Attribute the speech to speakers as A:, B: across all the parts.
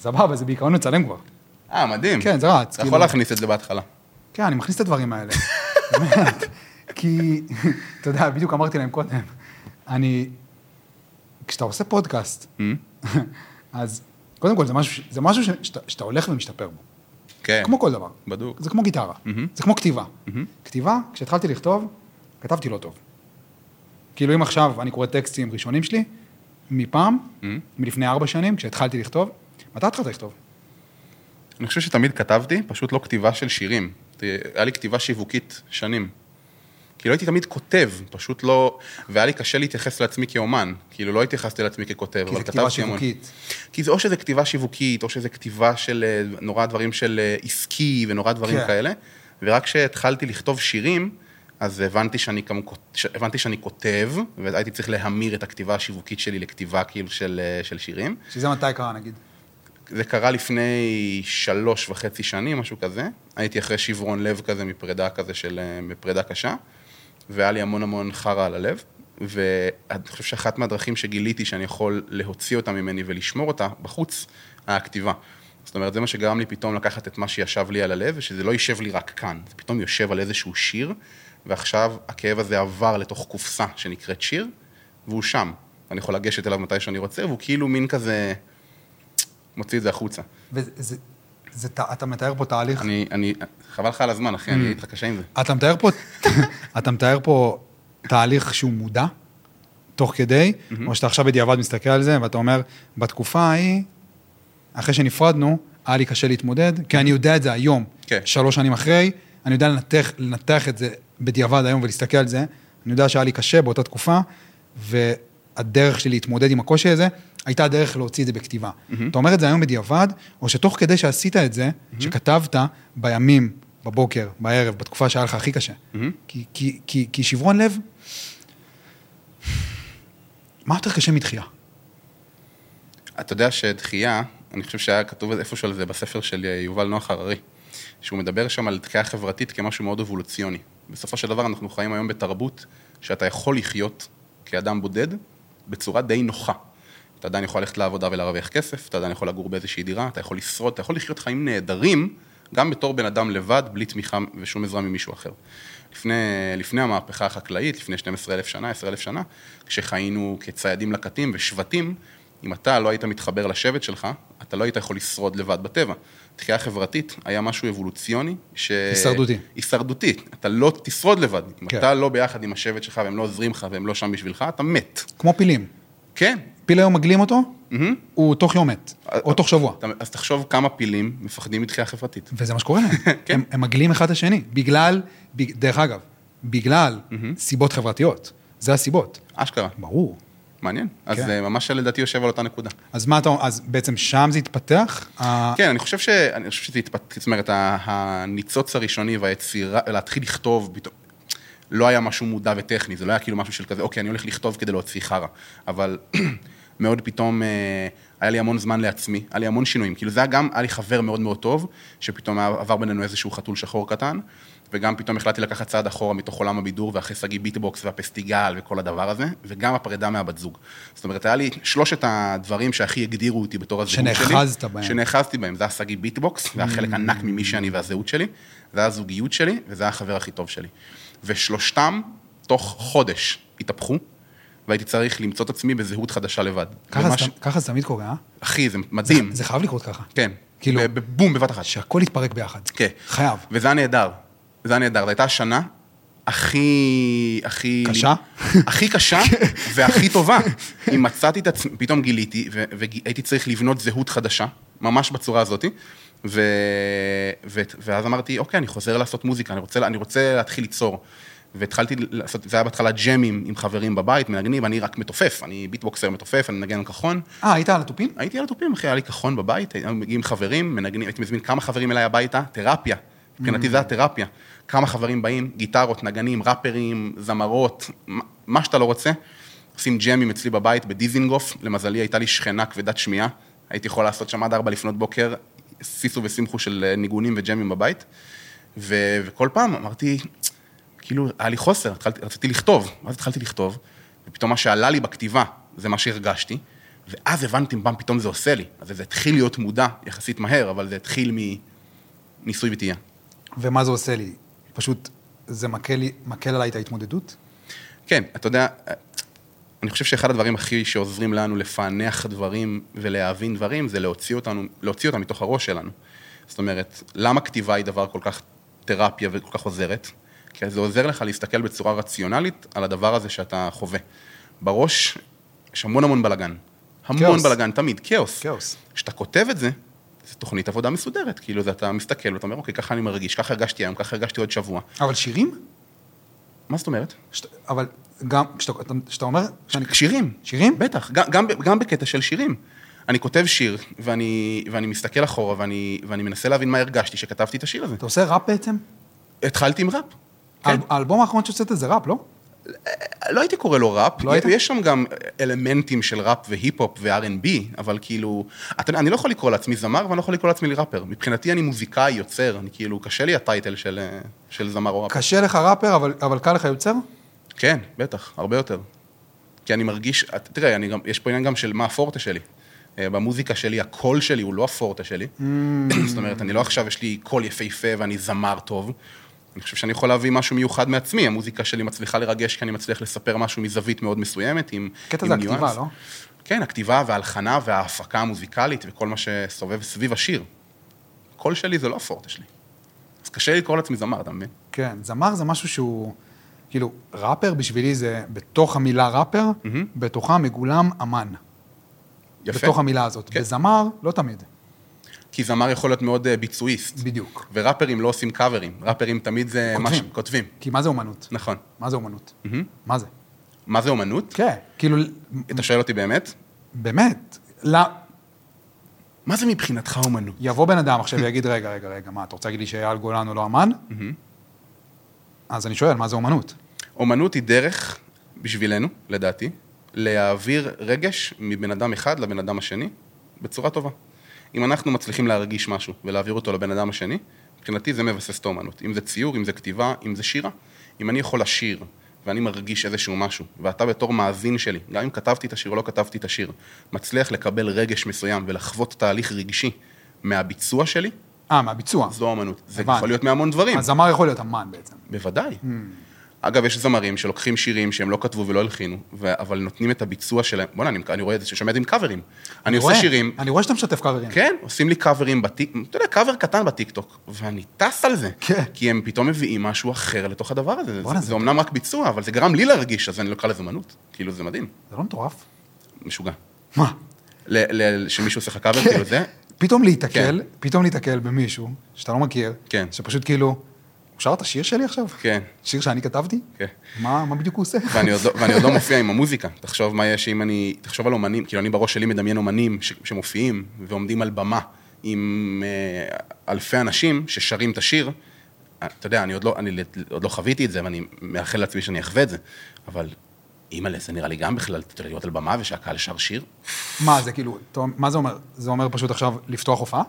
A: סבבה, זה בעיקרון מצלם כבר.
B: אה, מדהים.
A: כן, זה רץ,
B: אתה
A: כאילו.
B: יכול להכניס את זה בהתחלה.
A: כן, אני מכניס את הדברים האלה. באמת. כי, אתה יודע, בדיוק אמרתי להם קודם, אני... כשאתה עושה פודקאסט, אז קודם כל, זה משהו, ש- זה משהו ש- שאתה, שאתה הולך ומשתפר בו.
B: כן.
A: כמו כל דבר.
B: בדוק.
A: זה כמו גיטרה. זה כמו כתיבה. כתיבה, כשהתחלתי לכתוב, כתבתי לא טוב. כאילו אם עכשיו אני קורא טקסטים ראשונים שלי, מפעם, מלפני ארבע שנים, כשהתחלתי לכתוב, מתי התחלת לכתוב?
B: אני חושב שתמיד כתבתי, פשוט לא כתיבה של שירים. ת- היה לי כתיבה שיווקית שנים. כאילו הייתי תמיד כותב, פשוט לא... והיה לי קשה להתייחס לעצמי כאומן. כאילו לא התייחסתי לעצמי ככותב,
A: כי
B: אבל
A: זו
B: כתבתי
A: כתיבה
B: המון.
A: שיווקית.
B: כי זה או שזה כתיבה שיווקית, או שזה כתיבה של אה, נורא דברים של אה, עסקי ונורא דברים
A: כן.
B: כן. כאלה. ורק כשהתחלתי לכתוב שירים, אז הבנתי שאני, כמו, ש- הבנתי שאני כותב, והייתי צריך להמיר את הכתיבה השיווקית שלי לכתיבה כאילו של, אה, של שירים.
A: שזה מתי קרה, נגיד.
B: זה קרה לפני שלוש וחצי שנים, משהו כזה. הייתי אחרי שברון לב כזה מפרידה כזה של... אה, מפרידה קשה, והיה לי המון המון חרא על הלב. ואני חושב שאחת מהדרכים שגיליתי שאני יכול להוציא אותה ממני ולשמור אותה בחוץ, היה הכתיבה. זאת אומרת, זה מה שגרם לי פתאום לקחת את מה שישב לי על הלב, ושזה לא יישב לי רק כאן, זה פתאום יושב על איזשהו שיר, ועכשיו הכאב הזה עבר לתוך קופסה שנקראת שיר, והוא שם. אני יכול לגשת אליו מתי שאני רוצה, והוא כאילו מין כזה... מוציא את זה החוצה.
A: וזה, זה, זה, ת- אתה מתאר פה תהליך,
B: אני, אני, חבל לך על הזמן, אחי, אני אהיה איתך קשה עם זה.
A: אתה מתאר פה, אתה מתאר פה תהליך שהוא מודע, תוך כדי, או שאתה עכשיו בדיעבד מסתכל על זה, ואתה אומר, בתקופה ההיא, אחרי שנפרדנו, היה לי קשה להתמודד, כי אני יודע את זה היום,
B: כן.
A: שלוש שנים אחרי, אני יודע לנתח, לנתח את זה בדיעבד היום ולהסתכל על זה, אני יודע שהיה לי קשה באותה תקופה, והדרך שלי להתמודד עם הקושי הזה, הייתה הדרך להוציא את זה בכתיבה. אתה אומר את זה היום בדיעבד, או שתוך כדי שעשית את זה, שכתבת בימים, בבוקר, בערב, בתקופה שהיה לך הכי קשה. כי- כי- כי כי שברון לב, מה יותר קשה מדחייה?
B: אתה יודע שדחייה, אני חושב שהיה כתוב איפשהו על זה בספר של יובל נוח הררי, שהוא מדבר שם על דחייה חברתית כמשהו מאוד אבולוציוני. בסופו של דבר אנחנו חיים היום בתרבות שאתה יכול לחיות כאדם בודד בצורה די נוחה. אתה עדיין יכול ללכת לעבודה ולהרוויח כסף, אתה עדיין יכול לגור באיזושהי דירה, אתה יכול לשרוד, אתה יכול לחיות חיים נהדרים, גם בתור בן אדם לבד, בלי תמיכה ושום עזרה ממישהו אחר. לפני, לפני המהפכה החקלאית, לפני 12,000 שנה, 10,000 שנה, כשחיינו כציידים לקטים ושבטים, אם אתה לא היית מתחבר לשבט שלך, אתה לא היית יכול לשרוד לבד בטבע. תחייה חברתית היה משהו אבולוציוני, ש...
A: הישרדותי.
B: הישרדותי. אתה לא תשרוד לבד. אם
A: כן.
B: אתה לא ביחד עם השבט שלך והם לא עוזרים לך והם לא שם בשבילך, אתה מת.
A: כמו פילים.
B: כן.
A: פיל היום מגלים אותו, הוא תוך יום מת, או תוך שבוע.
B: אה, אתה, אז תחשוב כמה פילים מפחדים מתחייה חברתית.
A: וזה מה שקורה להם.
B: כן.
A: הם, הם מגלים אחד את השני, בגלל, ב, דרך אגב, בגלל סיבות חברתיות. זה הסיבות.
B: אשכרה.
A: ברור.
B: מעניין. אז
A: כן.
B: אה, ממש לדעתי יושב על אותה נקודה.
A: אז מה אתה, אז בעצם שם זה התפתח? ה-
B: כן, אני חושב, ש... אני חושב שזה התפתח, זאת אומרת, ה- הניצוץ הראשוני והיצירה, להתחיל לכתוב, פתאום- לא היה משהו מודע וטכני, זה לא היה כאילו משהו של כזה, אוקיי, אני הולך לכתוב כדי להוציא חרא, אבל מאוד פתאום, אה, היה לי המון זמן לעצמי, היה לי המון שינויים, כאילו זה היה גם, היה לי חבר מאוד מאוד טוב, שפתאום היה- עבר בינינו איזשהו חתול שחור קטן, וגם פתאום החלטתי לקחת צעד אחורה מתוך עולם הבידור, ואחרי שגיא ביטבוקס והפסטיגל וכל הדבר הזה, וגם הפרידה מהבת זוג. זאת אומרת, היה לי שלושת הדברים שהכי הגדירו אותי בתור הזהות שלי.
A: שנאחזת בהם.
B: שנאחזתי בהם, זה היה שגיא ביטבוקס, זה היה
A: Mm.
B: חלק ענק ממי שאני והזהות שלי, זה היה הזוגיות שלי, וזה היה החבר הכי טוב שלי. ושלושתם, תוך חודש, התהפכו, והייתי צריך למצוא את עצמי בזהות חדשה לבד.
A: ככה
B: ממש-
A: זה- ככה זה תמיד קורה, אה?
B: אחי, זה מדהים.
A: זה חייב לקרות ככה.
B: כן.
A: כאילו-
B: ב- בום, בבת אחת.
A: שהכל יתפרק ביחד.
B: כן.
A: חייב.
B: וזה היה נהדר. זה היה נהדר. זו הייתה השנה הכי... הכי...
A: קשה?
B: הכי קשה והכי טובה. אם מצאתי את עצמי, פתאום גיליתי, ו- והייתי צריך לבנות זהות חדשה, ממש בצורה הזאת, ו... ו... ואז אמרתי, אוקיי, אני חוזר לעשות מוזיקה, אני רוצה, אני רוצה להתחיל ליצור. והתחלתי לעשות, זה היה בהתחלה ג'מים עם חברים בבית, מנגנים, אני רק מתופף, אני ביטבוקסר מתופף, אני מנגן על כחון.
A: אה, היית על התופים?
B: הייתי על התופים, אחי, היה לי כחון בבית, היינו מגיעים חברים, מנגנים, הייתי מזמין כמה חברים אליי הביתה, תרפיה. מבחינתי זה התרפיה. כמה חברים באים, גיטרות, נגנים, ראפרים, זמרות, מה- מה שאתה לא רוצה. עושים ג'מים אצלי בבית בדיזינגוף, למזלי הייתה לי שכנה כבדת שמיעה, הייתי יכול לעשות שם עד ארבע לפנות בוקר, סיסו וסימחו של אה, ניגונים וג'מים בבית. ו- וכל פעם אמרתי, כאילו, היה לי חוסר, התחלתי, רציתי לכתוב, ואז התחלתי לכתוב, ופתאום מה שעלה לי בכתיבה, זה מה שהרגשתי, ואז הבנתי מה פתאום זה עושה לי. אז זה התחיל להיות מודע יחסית מהר, אבל זה התחיל מניסוי וטעייה.
A: ומה זה עושה לי? פשוט זה מקל, לי- מקל עליי את ההתמודדות?
B: כן, אתה יודע, אני חושב שאחד הדברים הכי שעוזרים לנו לפענח דברים ולהבין דברים, זה להוציא, אותנו, להוציא אותם מתוך הראש שלנו. זאת אומרת, למה כתיבה היא דבר כל כך תרפיה וכל כך עוזרת? כי זה עוזר לך להסתכל בצורה רציונלית על הדבר הזה שאתה חווה. בראש יש המון המון בלאגן. המון
A: כאוס.
B: בלאגן, תמיד, כאוס.
A: כאוס.
B: כשאתה כותב את זה, זו תוכנית עבודה מסודרת. כאילו, זה אתה מסתכל ואתה אומר, אוקיי, ככה אני מרגיש, ככה הרגשתי היום, ככה הרגשתי עוד שבוע.
A: אבל שירים?
B: מה זאת אומרת?
A: שת, אבל גם כשאתה אתה- כשאתה אומר... שאני-
B: שירים.
A: שירים?
B: בטח, גם, גם, ב- גם בקטע של שירים. אני כותב שיר, ואני, ואני מסתכל אחורה, ואני, ואני מנסה להבין מה הרגשתי כשכתבתי את השיר הזה.
A: אתה עושה ראפ בעצם?
B: התחלתי עם ראפ. כן.
A: האל- האלבום האחרון שהוצאת זה ראפ, לא?
B: לא הייתי קורא לו ראפ,
A: לא היית?
B: יש שם גם אלמנטים של ראפ והיפ-הופ ו-R&B, אבל כאילו, אתה, יודע, אני לא יכול לקרוא לעצמי זמר ואני לא יכול לקרוא לעצמי ראפר. מבחינתי אני מוזיקאי, יוצר, אני כאילו, קשה לי הטייטל של, אה, של זמר או ראפר.
A: קשה לך ראפר, אבל, אבל קל לך יוצר?
B: כן, בטח, הרבה יותר. כי אני מרגיש, את- תראה, אני גם, יש פה עניין גם של מה הפורטה שלי. אה, במוזיקה שלי, הקול שלי הוא לא הפורטה שלי.
A: Mm.
B: זאת אומרת, אני לא עכשיו, יש לי קול יפהפה ואני זמר טוב. אני חושב שאני יכול להביא משהו מיוחד מעצמי. המוזיקה שלי מצליחה לרגש, כי אני מצליח לספר משהו מזווית מאוד מסוימת, עם
A: קטע
B: עם
A: זה הכתיבה,
B: ניואנס.
A: לא?
B: כן, הכתיבה וההלחנה וההפקה המוזיקלית וכל מה שסובב סביב השיר. הקול שלי זה לא הפורטה שלי. אז קשה לי לקרוא לעצמי זמר, אתה מבין?
A: כן, זמר זה משהו שהוא, כאילו, ראפר בשבילי זה, בתוך המילה ראפר,
B: מהמם.
A: בתוכה מגולם אמן.
B: יפה.
A: בתוך המילה הזאת.
B: כן.
A: בזמר, לא תמיד.
B: כי זמר יכול להיות מאוד אה, ביצועיסט.
A: בדיוק.
B: וראפרים לא עושים קאברים, ראפרים תמיד זה...
A: כותבים.
B: מה ש- כותבים,
A: כי מה זה אומנות?
B: נכון.
A: מה זה אומנות?
B: מהמם.
A: מה זה?
B: מה זה אומנות?
A: כן. כאילו,
B: אתה שואל אותי באמת?
A: באמת, לא,
B: מה זה מבחינתך אומנות?
A: יבוא בן אדם עכשיו ויגיד, רגע, רגע, רגע, מה, אתה רוצה להגיד לי שאייל גולן הוא לא אמן? אז אני שואל, מה זה אומנות?
B: אומנות היא דרך, בשבילנו, לדעתי, להעביר רגש מבן אדם אחד לבן אדם השני בצורה טובה. אם אנחנו מצליחים להרגיש משהו ולהעביר אותו לבן אדם השני, מבחינתי זה מבסס את האומנות. אם זה ציור, אם זה כתיבה, אם זה שירה. אם אני יכול לשיר ואני מרגיש איזשהו משהו, ואתה בתור מאזין שלי, גם אם כתבתי את השיר או לא כתבתי את השיר, מצליח לקבל רגש מסוים ולחוות תהליך רגשי מהביצוע שלי,
A: אה, מהביצוע.
B: זו האומנות. זה
A: הבנתי.
B: יכול להיות מהמון דברים.
A: הזמר יכול להיות אמן בעצם.
B: בוודאי.
A: Mm.
B: אגב, יש זמרים שלוקחים שירים שהם לא כתבו ולא הלחינו, ו- אבל נותנים את הביצוע שלהם. בוא'נה, אני, אני רואה את זה ששומע את זה עם קאברים. אני עושה
A: רואה,
B: שירים,
A: אני רואה שאתה משתף קאברים.
B: כן, עושים לי קאברים בטיק, אתה יודע, קאבר קטן בטיקטוק, ואני טס על זה.
A: כן.
B: כי הם פתאום מביאים משהו אחר לתוך הדבר הזה.
A: בוא'נה,
B: זה,
A: זה-
B: זה אומנם רק ביצוע, אבל זה גרם לי להרגיש, אז אני לא אקרא לזה אמנות. כאילו, זה מדהים,
A: זה לא מטורף?
B: משוגע.
A: מה?
B: ל- ל- שמישהו עושה לך קאבר,
A: כן.
B: כאילו זה,
A: פתאום להיתקל, פתאום להיתקל במישהו שאתה לא מכיר,
B: כן.
A: שפשוט כאילו, הוא שר את השיר שלי עכשיו?
B: כן.
A: שיר שאני כתבתי?
B: כן.
A: מה מה בדיוק הוא עושה?
B: ואני עוד, לא- ואני עוד לא מופיע עם המוזיקה. תחשוב מה יש אם אני, תחשוב על אומנים, כאילו אני בראש שלי מדמיין אומנים ש, שמופיעים ועומדים על במה עם אה, אלפי אנשים ששרים את השיר. אה, אתה יודע, אני עוד לא, אני לת- עוד לא חוויתי את זה, ואני מאחל לעצמי שאני אחווה את זה, אבל אימא'לה, זה נראה לי גם בכלל, אתה יודע, להיות על במה ושהקהל שר שיר.
A: מה זה כאילו, אתה- מה זה אומר? זה אומר פשוט עכשיו לפתוח הופעה?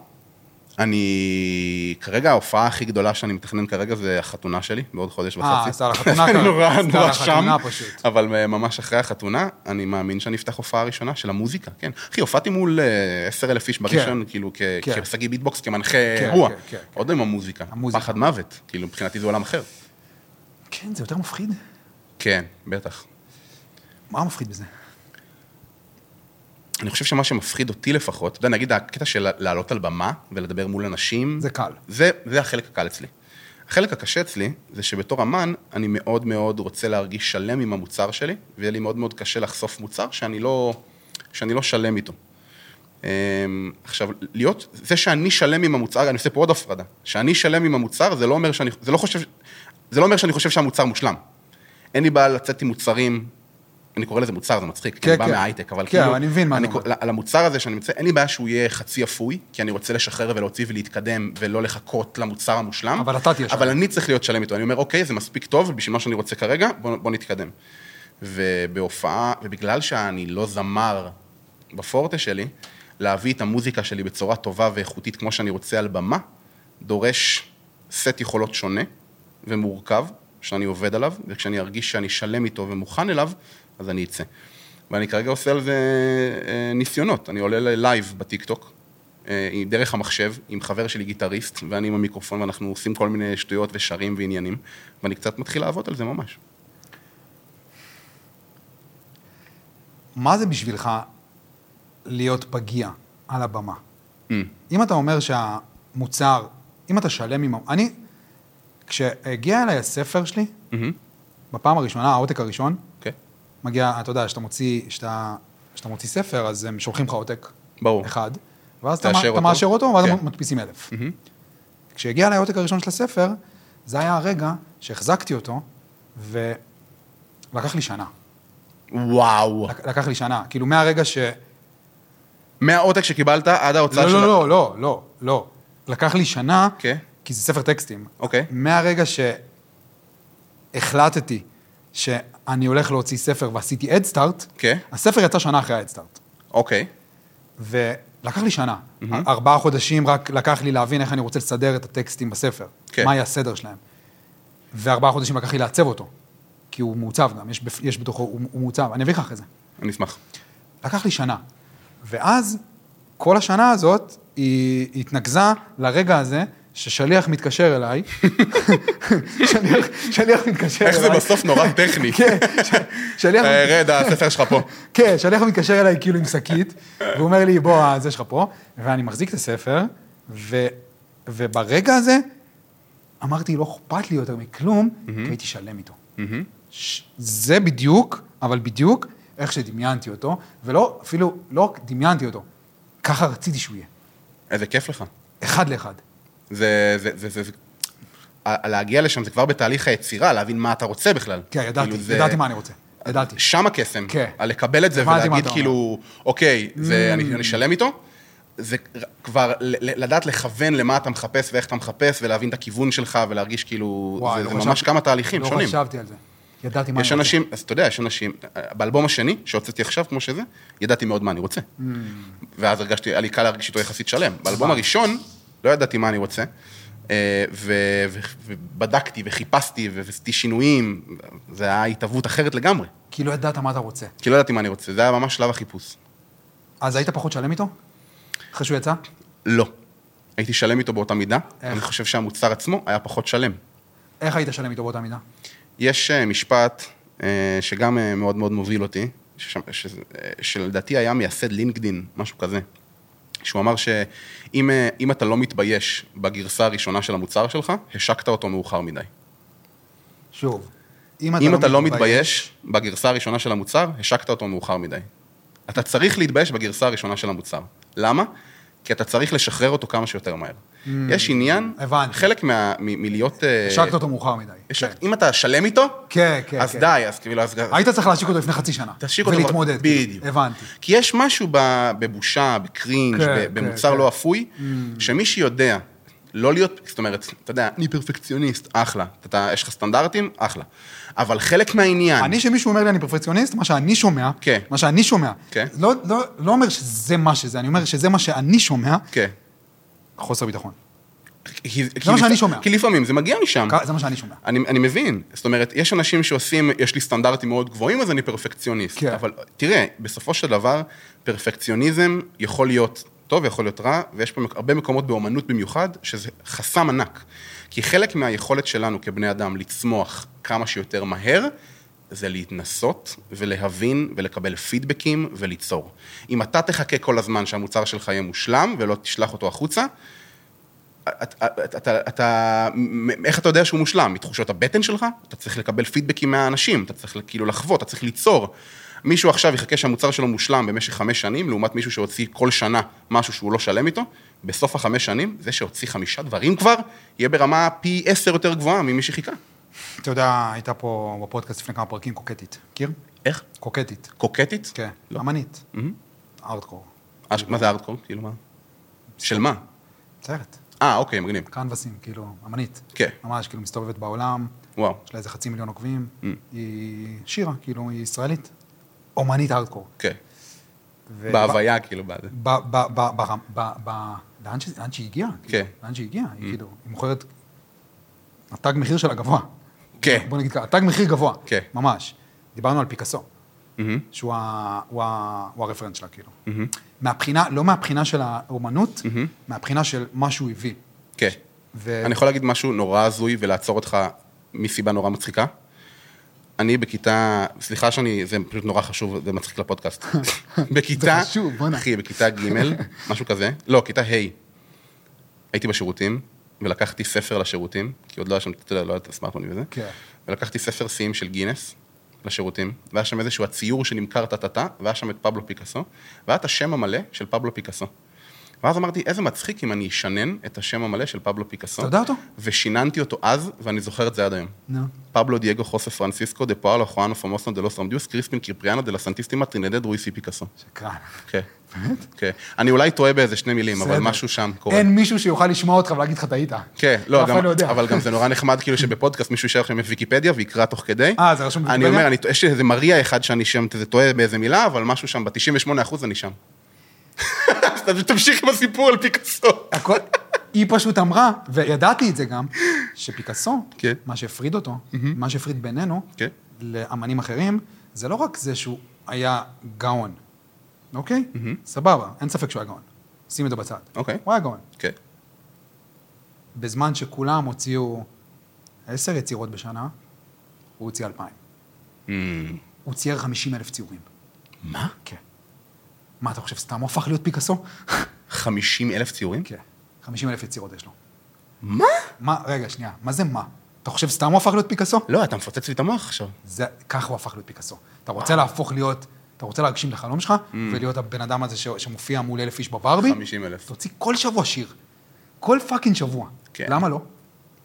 B: אני, כרגע ההופעה הכי גדולה שאני מתכנן כרגע זה החתונה שלי, בעוד חודש וחצי.
A: אה, אז על החתונה
B: אני
A: כרגע.
B: נורא
A: אז על
B: נורא שם.
A: החתונה פשוט.
B: אבל אה, ממש אחרי החתונה, אני מאמין שאני אפתח הופעה ראשונה של המוזיקה, כן. אחי, הופעתי מול אה, עשר אלף איש בראשון, כאילו, כ-
A: כן.
B: כשגיא ביטבוקס, כמנחה
A: כן,
B: אירוע.
A: כן, כן,
B: עוד לא עם המוזיקה.
A: המוזיקה.
B: פחד מוות, כאילו, מבחינתי זה עולם אחר.
A: כן, זה יותר מפחיד.
B: כן, בטח.
A: מה מפחיד בזה?
B: אני חושב שמה שמפחיד אותי לפחות, אתה יודע, נגיד הקטע של לעלות על במה ולדבר מול אנשים,
A: זה קל.
B: זה, זה החלק הקל אצלי. החלק הקשה אצלי זה שבתור אמן, אני מאוד מאוד רוצה להרגיש שלם עם המוצר שלי, ויהיה לי מאוד מאוד קשה לחשוף מוצר שאני לא, שאני לא שלם איתו. אמ, עכשיו, להיות, זה שאני שלם עם המוצר, אני עושה פה עוד הפרדה, שאני שלם עם המוצר, זה לא אומר שאני, זה לא חושב, זה לא אומר שאני חושב שהמוצר מושלם. אין לי בעיה לצאת עם מוצרים, אני קורא לזה מוצר, זה מצחיק, כי
A: כן,
B: אני בא
A: כן.
B: מההייטק, אבל
A: כן,
B: כאילו...
A: אבל אני מבין מה אתה
B: קור-
A: אומר.
B: על המוצר הזה שאני מוצא, אין לי בעיה שהוא יהיה חצי אפוי, כי אני רוצה לשחרר ולהוציא ולהתקדם ולא לחכות למוצר המושלם.
A: אבל אתה תהיה שלם.
B: אבל אני צריך להיות שלם איתו. אני אומר, אוקיי, זה מספיק טוב בשביל מה שאני רוצה כרגע, בוא, בוא נתקדם. ובהופעה, ובגלל שאני לא זמר בפורטה שלי, להביא את המוזיקה שלי בצורה טובה ואיכותית כמו שאני רוצה על במה, דורש סט יכולות שונה ומורכב, שאני עובד עליו, וכשאני ארגיש שאני שלם איתו ומוכן אליו, אז אני אצא. ואני כרגע עושה על זה אה, ניסיונות. אני עולה ללייב בטיקטוק, אה, עם- דרך המחשב, עם חבר שלי גיטריסט, ואני עם המיקרופון, ואנחנו עושים כל מיני שטויות ושרים ועניינים, ואני קצת מתחיל לעבוד על זה ממש.
A: מה זה בשבילך להיות פגיע על הבמה?
B: Mm.
A: אם אתה אומר שהמוצר, אם אתה שלם עם... ה- אני, כשהגיע אליי הספר שלי,
B: מהמם.
A: בפעם הראשונה, העותק הראשון,
B: אוקיי,
A: מגיע, אתה יודע, כשאתה מוציא, כשאתה, כשאתה מוציא ספר, אז הם שולחים לך עותק
B: ברור.
A: אחד, ואז אתה,
B: תאשר
A: אתה
B: אותו.
A: מאשר אותו, ואז
B: כן.
A: הם מדפיסים אלף.
B: מהמם.
A: כשהגיע אליי העותק הראשון של הספר, זה היה הרגע שהחזקתי אותו, ולקח לי שנה.
B: וואו.
A: לק- לקח לי שנה. כאילו, מהרגע ש...
B: מהעותק שקיבלת עד ההוצאה
A: לא,
B: של...
A: לא, לא, לא, לא, לא. לקח לי שנה,
B: אוקיי.
A: כי זה ספר טקסטים.
B: אוקיי.
A: מהרגע שהחלטתי שאני הולך להוציא ספר ועשיתי אדסטארט,
B: כן.
A: הספר יצא שנה אחרי האדסטארט.
B: אוקיי.
A: ולקח לי שנה. ארבעה חודשים רק לקח לי להבין איך אני רוצה לסדר את הטקסטים בספר.
B: כן.
A: מה יהיה הסדר שלהם. וארבעה חודשים לקח לי לעצב אותו. כי הוא מעוצב גם, יש, בפ- יש בתוכו, הוא, הוא מעוצב. אני אביא לך אחרי זה.
B: אני אשמח.
A: לקח לי שנה. ואז, כל השנה הזאת, היא היא התנקזה לרגע הזה ששליח מתקשר אליי. שליח, שליח מתקשר אליי.
B: איך זה בסוף נורא טכני.
A: כן, ש- שליח...
B: אה, רד, הספר שלך פה.
A: כן, שליח מתקשר אליי כאילו עם שקית, והוא אומר לי, בוא, זה שלך פה, ואני מחזיק את הספר, ו, וברגע הזה אמרתי, לא אכפת לי יותר מכלום, כי הייתי שלם איתו.
B: מהמם.
A: ש- זה בדיוק, אבל בדיוק, איך שדמיינתי אותו, ולא, אפילו, לא רק דמיינתי אותו, ככה רציתי שהוא יהיה,
B: איזה כיף לך.
A: אחד לאחד.
B: זה, זה, זה, זה, זה... ה- להגיע לשם זה כבר בתהליך היצירה, להבין מה אתה רוצה בכלל.
A: כן, ידעתי,
B: כאילו, זה-
A: ידעתי מה אני רוצה, ידעתי.
B: שם הקסם.
A: כן.
B: על לקבל את זה
A: הבנתי מה
B: ולהגיד
A: אתה Mm.
B: כאילו, אוקיי, זה, אני, אני שלם איתו. זה ר- כבר ל- ל- לדעת לכוון למה אתה מחפש ואיך אתה מחפש, ולהבין את הכיוון שלך, ולהרגיש כאילו,
A: וואי,
B: זה,
A: לא
B: זה
A: חשבתי-
B: ממש כמה תהליכים
A: לא
B: שונים.
A: חשבתי על זה, ידעתי מה אני
B: יש
A: רוצה.
B: אנשים, אז אתה יודע, יש אנשים, אה, באלבום השני שהוצאתי עכשיו, כמו שזה, ידעתי מאוד מה אני רוצה.
A: Mm.
B: ואז הרגשתי, היה לי קל להרגיש איתו יחסית שלם. באלבום הראשון, לא ידעתי מה אני רוצה, אה, ו- ו- ובדקתי וחיפשתי ו- ועשיתי שינויים, זה היה התהוות אחרת לגמרי,
A: כי לא ידעת מה אתה רוצה.
B: כי לא ידעתי מה אני רוצה, זה היה ממש שלב החיפוש.
A: אז היית פחות שלם איתו? אחרי שהוא יצא?
B: לא. הייתי שלם איתו באותה מידה,
A: איך?
B: אני חושב שהמוצר עצמו היה פחות שלם.
A: איך היית שלם איתו באותה מידה?
B: יש אה, משפט אה, שגם אה, מאוד מאוד מוביל אותי, ששם- ש- אה, שלדעתי היה מייסד לינקדין, משהו כזה. שהוא אמר שאם אה, אם אתה לא מתבייש בגרסה הראשונה של המוצר שלך, השקת אותו מאוחר מדי.
A: שוב,
B: אם אתה לא מתבייש בגרסה הראשונה של המוצר, השקת אותו מאוחר מדי. אתה צריך להתבייש בגרסה הראשונה של המוצר. למה? כי אתה צריך לשחרר אותו כמה שיותר מהר. יש עניין,
A: Hmm, הבנתי.
B: חלק מה- מ- מלהיות... אה,
A: השקת אותו מאוחר מדי.
B: השק-
A: כן.
B: אם אתה שלם איתו,
A: כן, כן.
B: אז
A: כן.
B: די, אז כאילו... אז-
A: היית צריך להשיק אותו לפני חצי שנה.
B: תשיק אותו.
A: ולהתמודד. כאילו.
B: בדיוק.
A: הבנתי.
B: כי יש משהו ב- בבושה, בקרינג',
A: כן,
B: ב-
A: כן,
B: במוצר
A: כן.
B: לא אפוי, שמי שיודע לא להיות, זאת אומרת, אתה יודע, אני פרפקציוניסט, אחלה. אתה, יש לך סטנדרטים, אחלה. אבל חלק מהעניין...
A: אני, שמישהו אומר לי אני פרפקציוניסט, מה שאני שומע,
B: כן.
A: מה שאני שומע,
B: כן.
A: לא, לא, לא אומר שזה מה שזה, אני אומר שזה מה שאני שומע,
B: כן.
A: חוסר ביטחון.
B: כי- כי
A: מה
B: לפ-
A: שאני שומע.
B: כי לפעמים זה מגיע משם.
A: כ- זה מה שאני שומע.
B: אני, אני מבין, זאת אומרת, יש אנשים שעושים, יש לי סטנדרטים מאוד גבוהים, אז אני פרפקציוניסט.
A: כן.
B: כן. אבל תראה, בסופו של דבר, פרפקציוניזם יכול להיות טוב ויכול להיות רע, ויש פה הרבה מקומות באומנות במיוחד, שזה חסם ענק. כי חלק מהיכולת שלנו כבני אדם לצמוח כמה שיותר מהר, זה להתנסות ולהבין ולקבל פידבקים וליצור. אם אתה תחכה כל הזמן שהמוצר שלך יהיה מושלם ולא תשלח אותו החוצה, אתה, אתה, אתה, אתה, מ- איך אתה יודע שהוא מושלם? מתחושות הבטן שלך? אתה צריך לקבל פידבקים מהאנשים, אתה צריך כאילו לחוות, אתה צריך ליצור. מישהו עכשיו יחכה שהמוצר שלו מושלם במשך חמש שנים, לעומת מישהו שהוציא כל שנה משהו שהוא לא שלם איתו, בסוף החמש שנים, זה שהוציא חמישה דברים כבר, יהיה ברמה פי עשר יותר גבוהה ממי שחיכה.
A: אתה יודע, הייתה פה בפודקאסט לפני כמה פרקים קוקטית. מכיר?
B: איך?
A: קוקטית.
B: קוקטית?
A: כן.
B: לא.
A: אמנית.
B: מהמם.
A: ארטקור.
B: אש- מה זה ארדקור? כאילו מה? של מה?
A: סרט.
B: אה, אוקיי, מגניב.
A: קנבסים, כאילו, אמנית.
B: כן.
A: ממש, כאילו, מסתובבת בעולם.
B: וואו.
A: יש לה איזה חצי מיליון עוקבים.
B: Mm.
A: היא שירה, כאילו, היא ישראלית. אומנית הארדקור.
B: כן.
A: ו-
B: בהוויה, כאילו, בזה.
A: ב- ב- ב- ב- ב- ב- ב- לאן ש- לאן שהיא הגיעה. כאילו,
B: כן.
A: לאן שהיא הגיעה, היא כאילו, היא מוכרת... התג מחיר שלה גבוה.
B: כן.
A: בוא נגיד ככה, התג מחיר גבוה.
B: כן.
A: ממש. דיברנו על פיקאסו.
B: מהמם.
A: שהוא ה- הוא ה- הוא הרפרנס שלה, כאילו.
B: Mm-hmm.
A: מהבחינה, לא מהבחינה של האומנות, מהבחינה של מה שהוא הביא.
B: כן.
A: ו-
B: Mm-hmm. אני יכול להגיד משהו נורא הזוי ולעצור אותך מסיבה נורא מצחיקה? אני בכיתה, סליחה שאני, זה פשוט נורא חשוב, זה מצחיק לפודקאסט. בכיתה,
A: זה חשוב, בוא'נה.
B: אחי, בכיתה ג', משהו כזה, לא, כיתה ה', הייתי בשירותים, ולקחתי ספר לשירותים, כי עוד לא היה שם, אתה יודע, לא היה את הסמארטפונים וזה,
A: כן.
B: ולקחתי ספר שיאים של גינס לשירותים, והיה שם איזשהו הציור שנמכר טה-טה-טה, והיה שם את פבלו פיקאסו, והיה את השם המלא של פבלו פיקאסו. ואז אמרתי, איזה מצחיק אם אני אשנן את השם המלא של פבלו פיקאסו.
A: אתה יודע אותו?
B: ושיננתי אותו אז, ואני זוכר את זה עד היום.
A: נו.
B: פבלו דייגו חוסה פרנסיסקו, דה פואלו, חואנו פומוסנו דה לוס רמדיוס, קריספין קיפריאנו דה לסנטיסטימה, טרינדד רואיסי פיקאסו.
A: שקרן.
B: כן. באמת? כן. אני אולי טועה באיזה שני מילים, אבל
A: בסדר.
B: משהו שם קורה.
A: אין מישהו שיוכל לשמוע אותך ולהגיד לך טעית.
B: כן, לא,
A: אף אחד
B: גם,
A: לא יודע.
B: אבל גם זה נורא נחמד כאילו שבפודקאסט מישהו יישאר לכם ויקיפדיה ויקרא תוך כדי.
A: אה, זה רשום
B: אני
A: בוויקיפדיה?
B: אומר, אני, יש איזה מריה אחד שאני שם, זה טועה באיזה מילה, אבל משהו שם, ב-98% אני שם. אז תמשיך עם הסיפור על פיקאסו.
A: הכל, היא פשוט אמרה, וידעתי את זה גם, שפיקאסו,
B: כן.
A: מה שהפריד אותו, מה שהפריד בינינו,
B: כן.
A: לאמנים אחרים, זה לא רק זה שהוא היה גאון, אוקיי? סבבה, אין ספק שהוא היה גאון. שים את זה בצד.
B: אוקיי.
A: הוא היה גאון.
B: כן.
A: בזמן שכולם הוציאו עשר יצירות בשנה, הוא הוציא אלפיים.
B: אמ,
A: הוא צייר חמישים אלף ציורים.
B: מה?
A: כן. מה, אתה חושב, סתם הוא הפך להיות פיקאסו?
B: 50 אלף ציורים?
A: כן. חמישים אלף יצירות יש לו.
B: מה?
A: מה, רגע, שנייה, מה זה מה? אתה חושב סתם הוא הפך להיות פיקאסו?
B: לא, אתה מפוצץ לי את המוח עכשיו.
A: זה, כך הוא הפך להיות פיקאסו. אתה רוצה להפוך להיות, אתה רוצה להגשים את החלום שלך,
B: Mm.
A: ולהיות הבן אדם הזה ש, שמופיע מול אלף איש בברבי?
B: 50,000.
A: תוציא כל שבוע שיר. כל פאקינג שבוע.
B: כן.
A: למה לא?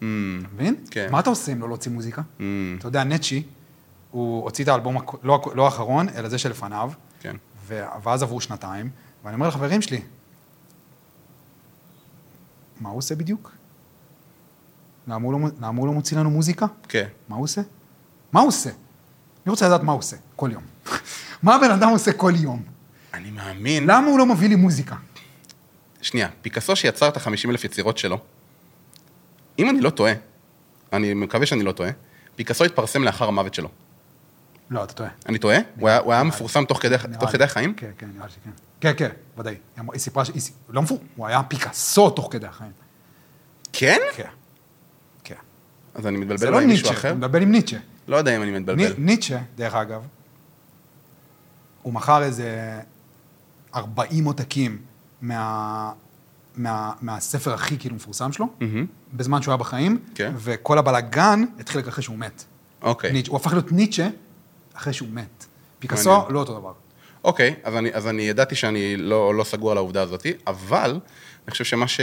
B: אמ,
A: אתה מבין?
B: כן.
A: מה אתה עושה אם לא להוציא מוזיקה?
B: אמ,
A: אתה יודע, נצ'י, הוא הוציא את האלבום, הכ- לא, הכ- לא האחרון, אלא זה שלפניו,
B: כן.
A: ו, ואז עברו שנתיים, ואני אומר לחברים שלי, מה הוא עושה בדיוק? למה הוא לא, מ- למה הוא לא מוציא לנו מוזיקה?
B: כן.
A: מה הוא עושה? מה הוא עושה? אני רוצה לדעת מה הוא עושה כל יום. מה הבן אדם עושה כל יום?
B: אני מאמין.
A: למה הוא לא מביא לי מוזיקה?
B: שנייה, פיקאסו שיצר את ה-50 אלף יצירות שלו, אם אני לא טועה, אני מקווה שאני לא טועה, פיקאסו התפרסם לאחר המוות שלו.
A: לא, אתה טועה.
B: אני טועה? הוא היה- הוא היה מפורסם תוך כדי-
A: נראה
B: תוך
A: לי.
B: כדי החיים?
A: כן, כן, נראה לי שכן. כן, כן, ודאי. היא אמרה- היא סיפרה ש... היא ס- לא מפור... הוא היה פיקאסו תוך כדי החיים.
B: כן?
A: כן. כן.
B: אז אני
A: זה
B: מתבלבל
A: לא
B: עם מישהו
A: ניטשה,
B: אחר?
A: הוא מדבר עם ניטשה.
B: לא יודע אם אני מתבלבל.
A: ני- ניטשה, דרך אגב, הוא מכר איזה 40 עותקים מה... מה, מהספר הכי כאילו מפורסם שלו,
B: מהמם.
A: בזמן שהוא היה בחיים,
B: כן.
A: וכל הבלאגן התחיל רק אחרי שהוא מת.
B: אוקיי.
A: ניטשה, הוא הפך להיות ניטשה אחרי שהוא מת. פיקאסו,
B: מעניין.
A: לא אותו דבר.
B: אוקיי, אז אני, אז אני ידעתי שאני לא, לא סגור על העובדה הזאת, אבל אני חושב שמה ש...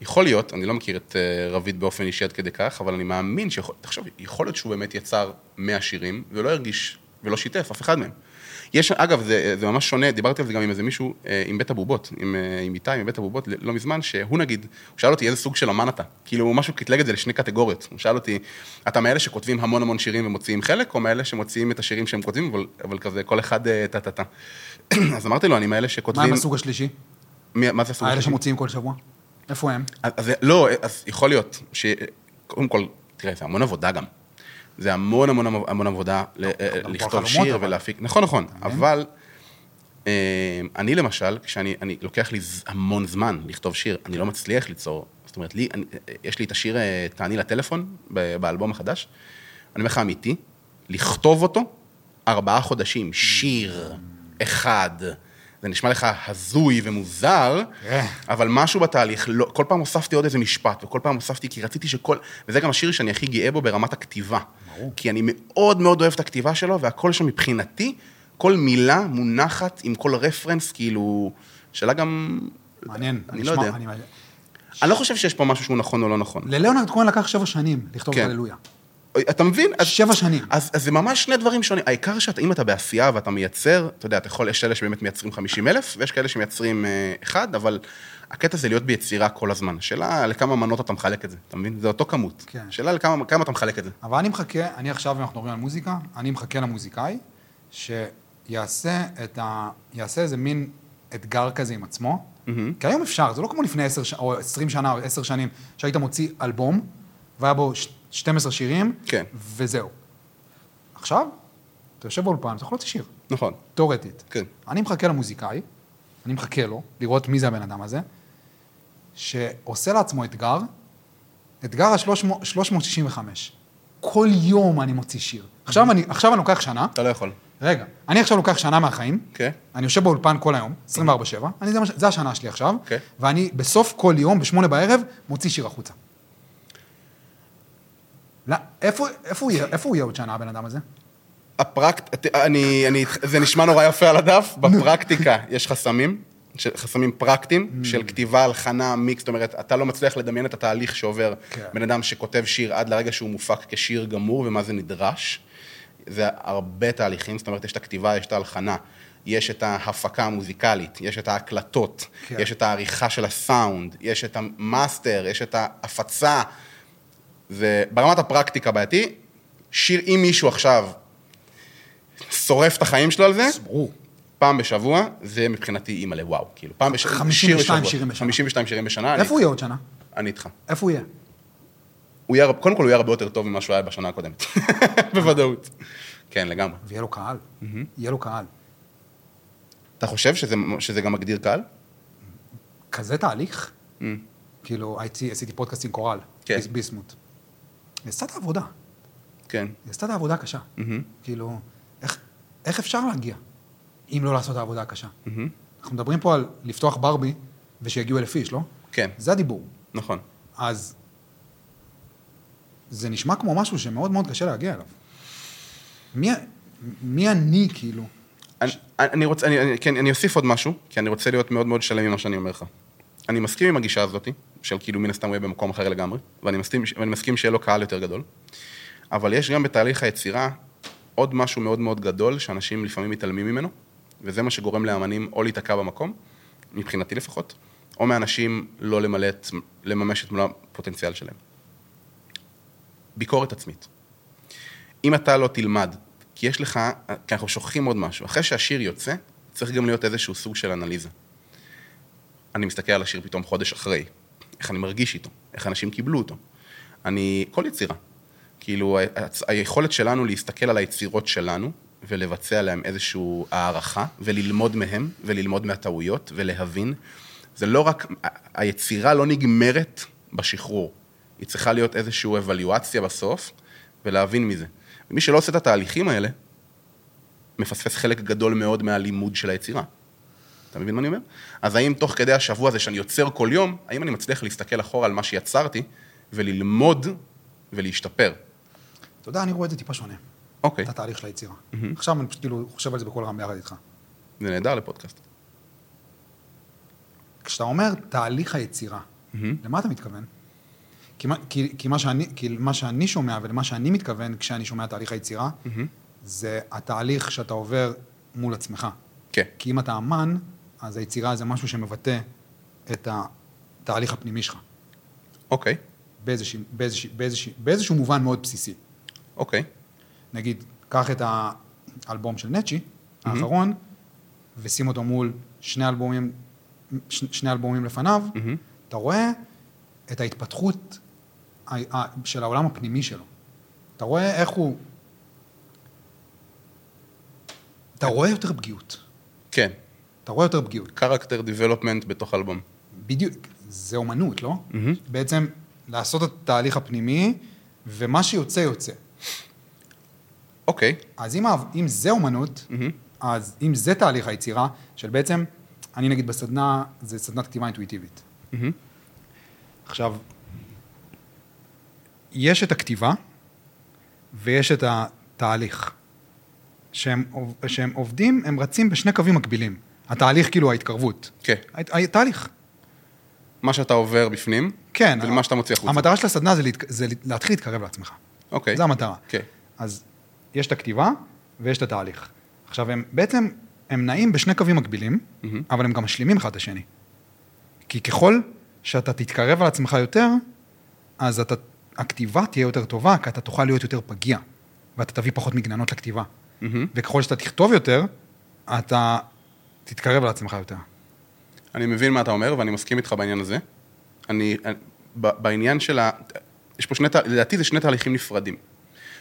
B: יכול להיות, אני לא מכיר את אה, רביד באופן אישי עד כדי כך, אבל אני מאמין שיכול... תחשוב, יכול להיות שהוא באמת יצר 100 שירים, ולא הרגיש, ולא שיתף אף אחד מהם. יש, אגב, זה, זה ממש שונה, דיברתי על זה גם עם איזה מישהו, אה, עם בית הבובות, עם, אה, עם איתי, עם בית הבובות, לא מזמן, שהוא נגיד, הוא שאל אותי איזה סוג של אמן אתה. כאילו, הוא משהו קטלג את זה לשני קטגוריות. הוא שאל אותי, אתה מאלה שכותבים המון המון שירים ומוציאים חלק, או מאלה שמוציאים את השירים שהם כותבים, אבל, אבל כזה, כל אחד אה, טה-טה-טה. אז אמרתי לו, אני מאלה
A: מה
B: שכותבים...
A: עם הסוג השלישי?
B: מי- מה זה הסוג
A: האלה
B: השני?
A: שמוציאים כל שבוע? איפה הם?
B: אז, אז לא, אז יכול להיות ש... קודם כל, תראה, זה המון עבודה גם. זה המון המון המון- המון עבודה ל- אה,
A: גם כל
B: לכתוב
A: החלומות,
B: שיר
A: אבל.
B: ולהפיק. נכון, נכון,
A: מבין?
B: אבל אה, אני למשל, כשאני אני- לוקח לי ז- המון זמן לכתוב שיר, אני לא מצליח ליצור. זאת אומרת, לי, אני, יש לי את השיר אה, תעני לטלפון ב- באלבום החדש. אני אומר לך אמיתי, לכתוב אותו ארבעה חודשים, שיר אחד. זה נשמע לך הזוי ומוזר,
A: כן.
B: אבל משהו בתהליך, לא, כל פעם הוספתי עוד איזה משפט, וכל פעם הוספתי, כי רציתי שכל... וזה גם השיר שאני הכי גאה בו ברמת הכתיבה. ברור. כי אני מאוד מאוד אוהב את הכתיבה שלו, והכל שם מבחינתי, כל מילה מונחת עם כל רפרנס, כאילו... שאלה גם...
A: מעניין.
B: אני לא
A: נשמע-
B: יודע.
A: אני-
B: אני לא חושב שיש פה משהו שהוא נכון או לא נכון.
A: ללאונרד כהן לקח שבע שנים לכתוב
B: כן.
A: הללויה.
B: אתה מבין? אז-
A: שבע שנים.
B: אז, אז זה ממש שני דברים שונים. העיקר שאם אתה בעשייה ואתה מייצר, אתה יודע, אתה יכול, יש כאלה שבאמת מייצרים 50 אלף, ויש כאלה שמייצרים אה, אחד, אבל הקטע זה להיות ביצירה כל הזמן. השאלה לכמה מנות אתה מחלק את זה, אתה מבין? זה אותו כמות.
A: כן.
B: השאלה לכמה כמה אתה מחלק את זה.
A: אבל אני מחכה, אני עכשיו, אם אנחנו מדברים על מוזיקה, אני מחכה למוזיקאי שיעשה את ה... יעשה איזה מין אתגר כזה עם עצמו. כי היום אפשר, זה לא כמו לפני עשר ש... או עשרים שנה או עשר שנים, שהיית מוציא אלבום, והיה בו ש- 12 שירים,
B: כן.
A: וזהו. עכשיו, אתה יושב באולפן, אתה יכול להוציא שיר,
B: נכון,
A: תיאורטית.
B: כן.
A: אני מחכה למוזיקאי, אני מחכה לו, לראות מי זה הבן אדם הזה, שעושה לעצמו אתגר, אתגר ה-365. כל יום אני מוציא שיר. עכשיו אני, עכשיו אני לוקח שנה,
B: אתה לא יכול.
A: רגע, אני עכשיו לוקח שנה מהחיים,
B: כן.
A: אני יושב באולפן כל היום, 24-7, אני, זה, מה ש- זה השנה שלי עכשיו,
B: אוקיי.
A: ואני בסוף כל יום, ב-8 בערב, מוציא שיר החוצה. לא, איפה, איפה, הוא יהיה, איפה הוא יהיה עוד שנה, הבן אדם הזה?
B: הפרקט... אני, אני, זה נשמע נורא יפה על הדף, בפרקטיקה יש חסמים, ש- חסמים
A: Mm.
B: פרקטיים, של כתיבה, הלחנה, מיקס, זאת אומרת, אתה לא מצליח לדמיין את התהליך שעובר
A: כן.
B: בן אדם שכותב שיר עד לרגע שהוא מופק כשיר גמור, ומה זה נדרש. זה הרבה תהליכים, זאת אומרת, יש את הכתיבה, יש את ההלחנה, יש את ההפקה המוזיקלית, יש את ההקלטות,
A: כן.
B: יש את העריכה של הסאונד, יש את המאסטר, יש את ההפצה. זה ברמת הפרקטיקה בעייתי. שיר, אם מישהו עכשיו שורף את החיים שלו על זה,
A: ברור.
B: פעם בשבוע, זה מבחינתי אימא לוואו, כאילו, פעם בשבוע.
A: 52 שירים בשנה.
B: 52 שירים בשנה. אני-
A: איפה הוא יהיה עוד שנה?
B: אני איתך.
A: איפה הוא יהיה?
B: הוא יהיה, קודם כל הוא יהיה הרבה יותר טוב ממה שהוא היה בשנה הקודמת. בוודאות. כן, לגמרי.
A: ויהיה לו קהל. יהיה לו קהל.
B: אתה חושב שזה, שזה גם מגדיר קהל?
A: כזה תהליך? כאילו, הייתי, עשיתי פודקאסט עם קורל,
B: Mm. כן.
A: ביס- ביסמוט. היא עשתה את העבודה,
B: כן.
A: היא עשתה את העבודה הקשה.
B: Mm-hmm.
A: כאילו, איך, איך אפשר להגיע אם לא לעשות את העבודה הקשה? אנחנו מדברים פה על לפתוח ברבי ושיגיעו אלף איש, לא?
B: כן.
A: זה הדיבור.
B: נכון.
A: אז זה נשמע כמו משהו שמאוד מאוד קשה להגיע אליו. מי, מי אני, כאילו?
B: אני, אני רוצה, אני, אני, כן, אני אוסיף עוד משהו, כי אני רוצה להיות מאוד מאוד שלם עם מה שאני אומר לך. אני מסכים עם הגישה הזאת, של כאילו מן הסתם הוא יהיה במקום אחר לגמרי, ואני מסכים, ואני מסכים שיהיה לו קהל יותר גדול, אבל יש גם בתהליך היצירה עוד משהו מאוד מאוד גדול, שאנשים לפעמים מתעלמים ממנו, וזה מה שגורם לאמנים או להיתקע במקום, מבחינתי לפחות, או מאנשים לא למלא את, לממש את מלוא הפוטנציאל שלהם. ביקורת עצמית. אם אתה לא תלמד, כי יש לך, כי אנחנו שוכחים עוד משהו, אחרי שהשיר יוצא, צריך גם להיות איזשהו סוג של אנליזה. אני מסתכל על השיר פתאום חודש אחרי, איך אני מרגיש איתו, איך אנשים קיבלו אותו. אני, כל יצירה. כאילו, ה- הצ- היכולת שלנו להסתכל על היצירות שלנו, ולבצע להם איזושהי הערכה, וללמוד מהם, וללמוד מהטעויות, ולהבין. זה לא רק, ה- היצירה לא נגמרת בשחרור. היא צריכה להיות איזושהי אבליואציה בסוף, ולהבין מזה. ומי שלא עושה את התהליכים האלה, מפספס חלק גדול מאוד מהלימוד של היצירה. אתה מבין מה אני אומר? אז האם תוך כדי השבוע הזה שאני יוצר כל יום, האם אני מצליח להסתכל אחורה על מה שיצרתי וללמוד ולהשתפר?
A: אתה יודע, אני רואה את זה טיפה שונה,
B: אוקיי, Mm-hmm.
A: את התהליך של היצירה. עכשיו אני פשוט כאילו חושב על זה בקול רם ביחד איתך.
B: זה נהדר לפודקאסט.
A: כשאתה אומר תהליך היצירה, למה אתה מתכוון? כי מה- כי- כי מה שאני- כי מה שאני שומע ולמה שאני מתכוון כשאני שומע תהליך היצירה, זה התהליך שאתה עובר מול עצמך.
B: כן,
A: כי אם אתה אמן, אז היצירה זה משהו שמבטא את התהליך הפנימי שלך,
B: אוקיי,
A: באיזשהו, באיזשהו, באיזשהו, באיזשהו מובן מאוד בסיסי.
B: אוקיי,
A: נגיד, קח את האלבום של נצ'י, האחרון, ושים אותו מול שני אלבומים, ש, שני אלבומים לפניו, אתה רואה את ההתפתחות ה- ה- של העולם הפנימי שלו. אתה רואה איך הוא... אתה רואה יותר פגיעות.
B: כן.
A: אתה רואה יותר פגיעות.
B: קרקטר דיבלופמנט בתוך אלבום.
A: בדיוק, זה אומנות, לא? בעצם לעשות את התהליך הפנימי, ומה שיוצא, יוצא.
B: אוקיי,
A: אז אם, ה- אם זה אומנות, אז אם זה תהליך היצירה, של בעצם, אני נגיד בסדנה, זה סדנת כתיבה אינטואיטיבית. עכשיו, יש את הכתיבה ויש את התהליך. שהם, עוב- שהם עובדים, הם רצים בשני קווים מקבילים. התהליך כאילו ההתקרבות.
B: כן.
A: הת- התהליך.
B: מה שאתה עובר בפנים,
A: כן.
B: ולמה שאתה מוציא החוצה.
A: המטרה של הסדנה זה, להתק... זה להתחיל להתקרב לעצמך.
B: אוקיי.
A: זו המטרה.
B: כן.
A: אז יש את הכתיבה ויש את התהליך. עכשיו, הם בעצם, הם נעים בשני קווים מקבילים, אבל הם גם משלימים אחד את השני. כי ככל שאתה תתקרב על עצמך יותר, אז אתה, הכתיבה תהיה יותר טובה, כי אתה תוכל להיות יותר פגיע, ואתה תביא פחות מגננות לכתיבה. וככל שאתה תכתוב יותר, אתה תתקרב על עצמך יותר.
B: אני מבין מה אתה אומר, ואני מסכים איתך בעניין הזה. אני, אני- ב- בעניין של ה... יש פה שני, תה- לדעתי זה שני תהליכים נפרדים.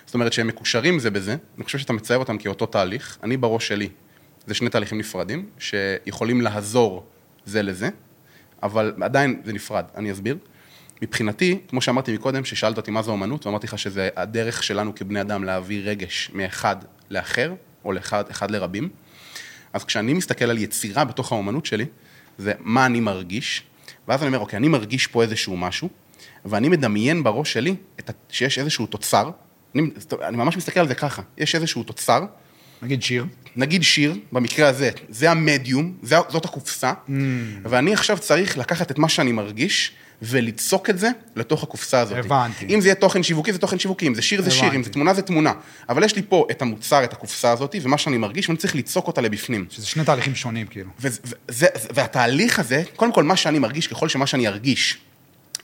B: זאת אומרת שהם מקושרים זה בזה, אני חושב שאתה מצייר אותם כאותו תהליך, אני בראש שלי, זה שני תהליכים נפרדים, שיכולים להזור זה לזה, אבל עדיין זה נפרד, אני אסביר. מבחינתי, כמו שאמרתי מקודם, ששאלת אותי מה זו אומנות, ואמרתי לך שזה הדרך שלנו כבני אדם להעביר רגש מאחד לאחר, או לאחד אחד לרבים. אז כשאני מסתכל על יצירה בתוך האומנות שלי, זה מה אני מרגיש, ואז אני אומר, אוקיי, אני מרגיש פה איזשהו משהו, ואני מדמיין בראש שלי את ה- שיש איזשהו תוצר, אני, אני ממש מסתכל על זה ככה, יש איזשהו תוצר,
A: נגיד שיר.
B: נגיד שיר, במקרה הזה, זה המדיום, זה, זאת הקופסה, mm. ואני עכשיו צריך לקחת את מה שאני מרגיש וליצוק את זה לתוך הקופסה הזאת.
A: הבנתי.
B: אם זה יהיה תוכן שיווקי, זה תוכן שיווקי, אם זה שיר, זה שיר, אם
A: הבנתי.
B: זה תמונה, זה תמונה. אבל יש לי פה את המוצר, את הקופסה הזאת, ומה שאני מרגיש, ואני צריך ליצוק אותה לבפנים.
A: שזה שני תהליכים שונים, כאילו.
B: וזה, וזה, והתהליך הזה, קודם כל, מה שאני מרגיש, ככל שמה שאני ארגיש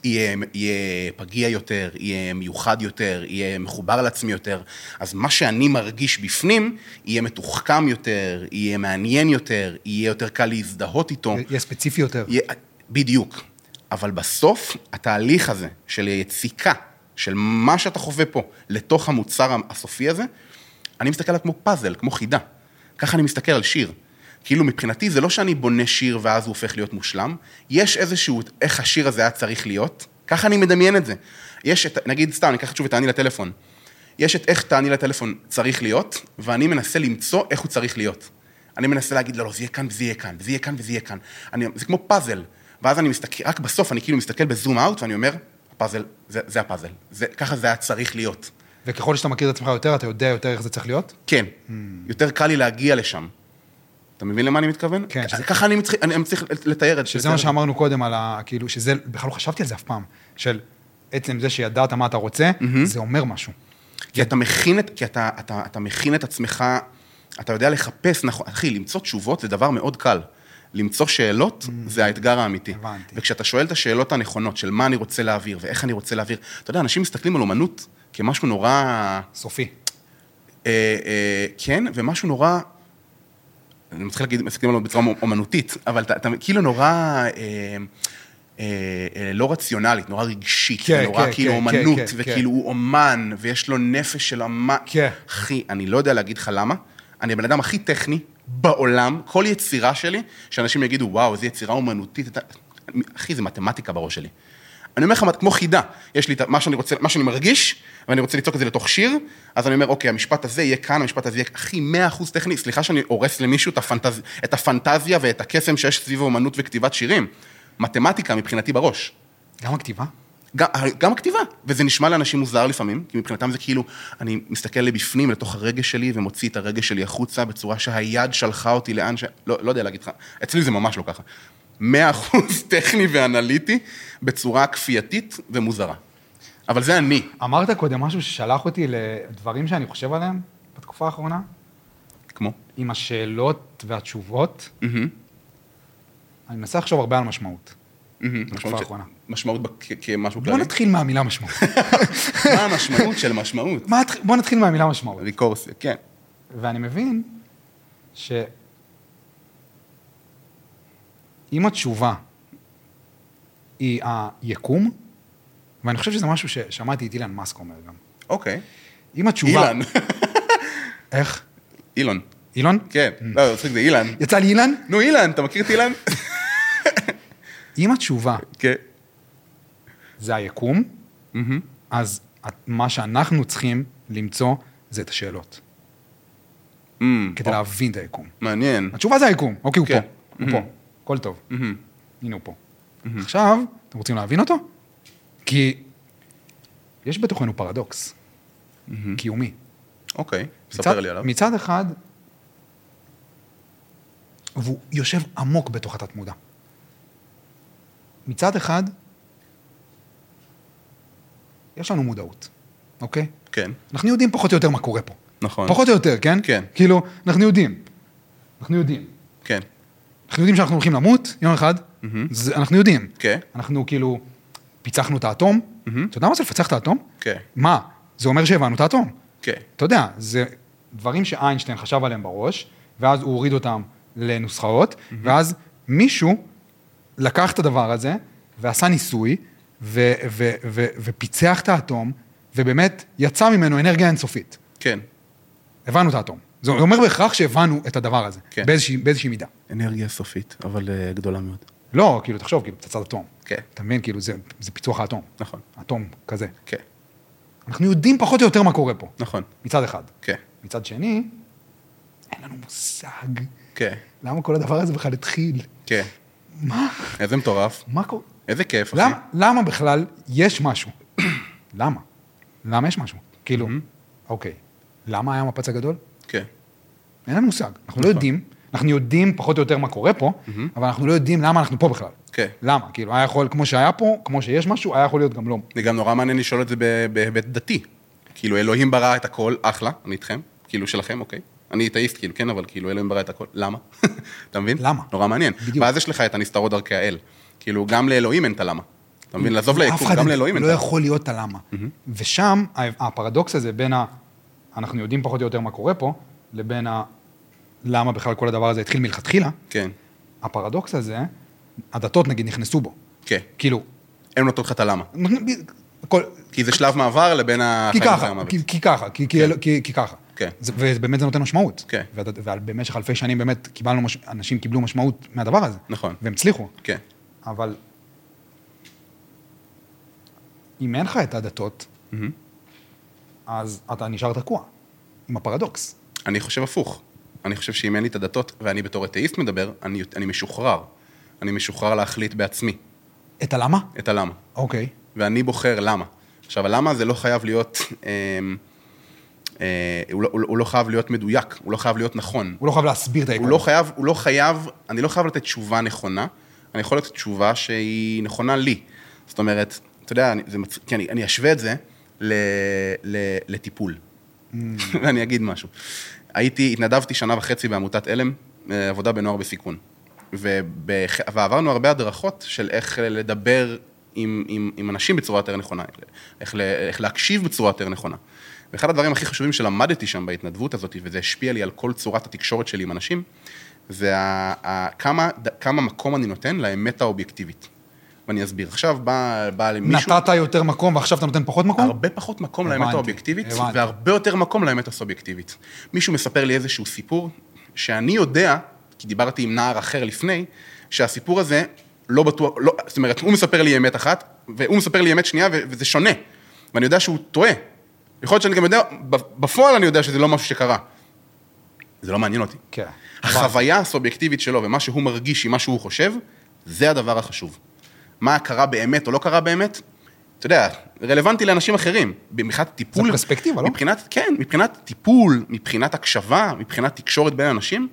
B: יהיה, יהיה פגיע יותר, יהיה מיוחד יותר, יהיה מחובר לעצמי יותר, אז מה שאני מרגיש בפנים, יהיה מתוחכם יותר, יהיה מעניין יותר, יהיה יותר קל להזדהות איתו.
A: יהיה ספציפי יותר.
B: יהיה, בדיוק. אבל בסוף, התהליך הזה של היציקה, של מה שאתה חווה פה, לתוך המוצר הסופי הזה, אני מסתכל עליו כמו פאזל, כמו חידה. ככה אני מסתכל על שיר. כאילו, מבחינתי זה לא שאני בונה שיר ואז הוא הופך להיות מושלם, יש איזשהו, איך השיר הזה היה צריך להיות, ככה אני מדמיין את זה. יש את, נגיד סתם, אני אקח שוב את תעני לטלפון. יש את איך תעני לטלפון צריך להיות, ואני מנסה למצוא איך הוא צריך להיות. אני מנסה להגיד, לא, לא, זה יהיה כאן וזה יהיה כאן, וזה יהיה כאן וזה יהיה כאן. אני, זה כמו פאזל. ואז אני מסתכל, רק בסוף אני כאילו מסתכל בזום אאוט, ואני אומר, הפאזל, זה, זה הפאזל. זה, ככה זה היה צריך להיות.
A: וככל שאתה מכיר את עצמך יותר, אתה יודע יותר איך זה צריך להיות?
B: כן. יותר קל לי להגיע לשם. אתה מבין למה אני מתכוון?
A: כן,
B: אז
A: שזה-
B: ככה אני מצליח, אני, אני מצליח לתאר את
A: שזה
B: לתאר
A: מה
B: את
A: שאמרנו קודם על ה... כאילו, שזה, בכלל לא חשבתי על זה אף פעם, של עצם זה שידעת מה אתה רוצה, זה אומר משהו.
B: כי אתה מכין את, כי אתה, אתה, אתה מכין את עצמך, אתה יודע לחפש, נכון, אחי, למצוא תשובות זה דבר מאוד קל. למצוא שאלות זה האתגר האמיתי.
A: Mm. הבנתי.
B: וכשאתה שואל את השאלות הנכונות של מה אני רוצה להעביר ואיך אני רוצה להעביר, אתה יודע, אנשים מסתכלים על אומנות כמשהו נורא, אה,
A: סופי.
B: אה, כן, ומשהו נורא, אני מצליח להגיד, מסתכלים עליו בצורה אומנותית, אבל אתה, אתה כאילו נורא... אה, אה, אה, לא רציונלית, נורא רגשית,
A: כן,
B: נורא
A: כן,
B: כאילו
A: כן,
B: אומנות,
A: כן, כן,
B: וכאילו
A: כן.
B: כאילו, הוא אומן, ויש לו נפש של אומן.
A: כן.
B: אחי, אני לא יודע להגיד לך למה, אני הבן אדם הכי טכני בעולם, כל יצירה שלי, שאנשים יגידו, וואו, איזו יצירה אומנותית. אתה-" אחי, זה מתמטיקה בראש שלי. אני אומר לך, כמו חידה, יש לי את מה שאני רוצה, מה שאני מרגיש, ואני רוצה לצעוק את זה לתוך שיר, אז אני אומר, אוקיי, המשפט הזה יהיה כאן, המשפט הזה יהיה, אחי, מאה אחוז טכני, סליחה שאני הורס למישהו את, הפנטז... את הפנטזיה ואת הקסם שיש סביב אומנות וכתיבת שירים. מתמטיקה מבחינתי בראש.
A: גם הכתיבה?
B: גם, גם הכתיבה, וזה נשמע לאנשים מוזר לפעמים, כי מבחינתם זה כאילו, אני מסתכל לבפנים, לתוך הרגש שלי, ומוציא את הרגש שלי החוצה, בצורה שהיד שלחה אותי לאן ש... לא, לא יודע להגיד לך, אצלי זה ממש לא ככה. מאה אחוז טכני ואנליטי, בצורה כפייתית ומוזרה. אבל זה אני.
A: אמרת קודם משהו ששלח אותי לדברים שאני חושב עליהם בתקופה האחרונה,
B: כמו?
A: עם השאלות והתשובות.
B: מהמם,
A: אני מנסה לחשוב הרבה על משמעות.
B: מהמם.
A: בתקופה
B: משמעות ש-
A: האחרונה.
B: משמעות בכ- כמשהו
A: בוא
B: כללי.
A: נתחיל מהמילה משמעות.
B: מה המשמעות של משמעות?
A: מה הת- בוא נתחיל מהמילה משמעות.
B: ריקורסיה, כן.
A: ואני מבין ש... אם התשובה היא היקום, ואני חושב שזה משהו ששמעתי את אילן מאסק אומר גם.
B: אוקיי.
A: אם התשובה...
B: אילן.
A: איך?
B: אילון.
A: אילן?
B: כן. לא, מצחיק, זה אילן.
A: יצא לי אילן?
B: נו, אילן, אתה מכיר את אילן?
A: אם התשובה
B: כן.
A: זה היקום,
B: מהמם.
A: אז את- מה שאנחנו צריכים למצוא זה את השאלות,
B: אמ,
A: כדי להבין את היקום.
B: מעניין.
A: התשובה זה היקום, אוקיי, הוא
B: כן. Mm-hmm.
A: פה, הוא פה, הכל טוב,
B: מהמם.
A: הנה הוא פה.
B: Mm-hmm.
A: עכשיו, אתם רוצים להבין אותו? כי יש בתוכנו פרדוקס קיומי.
B: אוקיי,
A: מצד-
B: Mm-hmm. ספר לי עליו.
A: מצד אחד, והוא יושב עמוק בתוך התת-מודע. מצד אחד, יש לנו מודעות, אוקיי?
B: כן,
A: אנחנו יודעים פחות או יותר מה קורה פה.
B: נכון.
A: פחות או יותר, כן?
B: כן.
A: כאילו, אנחנו יודעים. אנחנו יודעים.
B: כן,
A: אנחנו יודעים שאנחנו הולכים למות יום אחד, זה- אנחנו יודעים.
B: כן.
A: אנחנו כאילו פיצחנו את האטום. אתה יודע מה זה לפצח את האטום?
B: כן,
A: מה? זה אומר שהבנו את האטום.
B: כן.
A: אתה יודע, זה דברים שאיינשטיין חשב עליהם בראש, ואז הוא הוריד אותם לנוסחאות, ואז מישהו לקח את הדבר הזה, ועשה ניסוי, ו- ו- ו- ופיצח את האטום, ובאמת יצא ממנו אנרגיה אינסופית.
B: כן.
A: הבנו את האטום. זה אומר בהכרח שהבנו את הדבר הזה,
B: כן.
A: באיזושהי, באיזושהי מידה.
B: אנרגיה סופית, אבל אה, גדולה מאוד.
A: לא, כאילו, תחשוב, כאילו, פצצת אטום.
B: כן.
A: אתה מבין? כאילו, זה, זה פיצוח האטום.
B: נכון.
A: אטום כזה.
B: כן.
A: אנחנו יודעים פחות או יותר מה קורה פה,
B: נכון.
A: מצד אחד.
B: כן.
A: מצד שני, אין לנו מושג
B: כן.
A: למה כל הדבר הזה בכלל התחיל.
B: כן.
A: מה?
B: איזה מטורף.
A: מה קורה?
B: איזה כיף, אחי.
A: למה, למה בכלל יש משהו? למה? למה יש משהו? כאילו, אוקיי, למה היה המפץ הגדול?
B: כן.
A: אין לנו מושג, אנחנו לא
B: נכון.
A: יודעים, אנחנו יודעים פחות או יותר מה קורה פה, אבל אנחנו לא יודעים למה אנחנו פה בכלל.
B: כן.
A: למה? כאילו, היה יכול, כמו שהיה פה, כמו שיש משהו, היה יכול להיות גם לא.
B: זה גם נורא מעניין לשאול את זה ב- בהיבט דתי. כאילו, אלוהים ברא את הכל, אחלה, אני איתכם, כאילו שלכם, אוקיי? אני אתאיסט, כאילו, כן, אבל כאילו, אלוהים ברא את הכל, למה? אתה מבין?
A: למה?
B: נורא מעניין.
A: בדיוק.
B: ואז יש לך את הנסתרות דרכי האל. כאילו, גם לאלוהים אין את הלמה. אתה מבין? לעזוב
A: אף
B: ליקום,
A: אחד
B: גם לאלוהים אין את
A: לא
B: הלמה.
A: יכול להיות את הלמה. ושם, ה- הפרדוקס הזה בין ה... אנחנו יודעים פחות או יותר מה קורה פה, לבין ה... למה בכלל כל הדבר הזה התחיל מלכתחילה,
B: כן,
A: הפרדוקס הזה, הדתות נגיד נכנסו בו.
B: כן.
A: כאילו,
B: הם נותנים לך את הלמה.
A: נותנים- כל...
B: כי זה שלב מעבר לבין
A: כי
B: החיים
A: ככה, כי- כי ככה, כי- כי אלו- כי- כי ככה.
B: כן.
A: זה- ובאמת זה נותן משמעות.
B: כן.
A: ואתה- ובמשך אלפי שנים באמת קיבלנו, מש- אנשים קיבלו משמעות מהדבר הזה.
B: נכון.
A: והם הצליחו.
B: כן,
A: אבל אם אין לך את הדתות,
B: מהמם.
A: אז אתה נשאר תקוע עם הפרדוקס.
B: אני חושב הפוך. אני חושב שאם אין לי את הדתות, ואני בתור אתאיסט מדבר, אני, אני משוחרר. אני משוחרר להחליט בעצמי
A: את הלמה?
B: את הלמה.
A: אוקיי.
B: ואני בוחר למה. עכשיו, הלמה זה לא חייב להיות... אמ, אה, הוא לא- הוא לא- הוא לא חייב להיות מדויק, הוא לא חייב להיות נכון.
A: הוא לא חייב להסביר את
B: הוא
A: העיקרון.
B: לא חייב, הוא לא חייב, אני לא חייב לתת תשובה נכונה, אני יכול לתת תשובה שהיא נכונה לי. זאת אומרת, אתה יודע, אני, זה מצ... כי אני, אני אשווה את זה ל, ל, לטיפול. ואני אגיד משהו. הייתי, התנדבתי שנה וחצי בעמותת עלם, אה, עבודה בנוער בסיכון. ובח... ועברנו הרבה הדרכות של איך לדבר עם, עם, עם אנשים בצורה יותר נכונה, איך, ל... איך להקשיב בצורה יותר נכונה. ואחד הדברים הכי חשובים שלמדתי שם בהתנדבות הזאת, וזה השפיע לי על כל צורת התקשורת שלי עם אנשים, זה ה... ה... כמה, ד... כמה מקום אני נותן לאמת האובייקטיבית. ואני אסביר. עכשיו בא, בא למישהו...
A: נתת יותר מקום ועכשיו אתה נותן פחות מקום?
B: הרבה פחות מקום
A: הבנתי,
B: לאמת האובייקטיבית,
A: הבנתי.
B: והרבה יותר מקום לאמת הסובייקטיבית. מישהו מספר לי איזשהו סיפור, שאני יודע, כי דיברתי עם נער אחר לפני, שהסיפור הזה לא בטוח, לא, זאת אומרת, הוא מספר לי אמת אחת, והוא מספר לי אמת שנייה, ו- וזה שונה. ואני יודע שהוא טועה. יכול להיות שאני גם יודע, ב- בפועל אני יודע שזה לא משהו שקרה. זה לא מעניין אותי.
A: כן.
B: החוויה הסובייקטיבית שלו ומה שהוא מרגיש עם מה שהוא חושב, זה הדבר החשוב. מה קרה באמת או לא קרה באמת, אתה יודע, רלוונטי לאנשים אחרים. מבחינת טיפול...
A: פרספקטיבה, לא?
B: מבחינת, כן, מבחינת טיפול, מבחינת הקשבה, מבחינת תקשורת בין אנשים,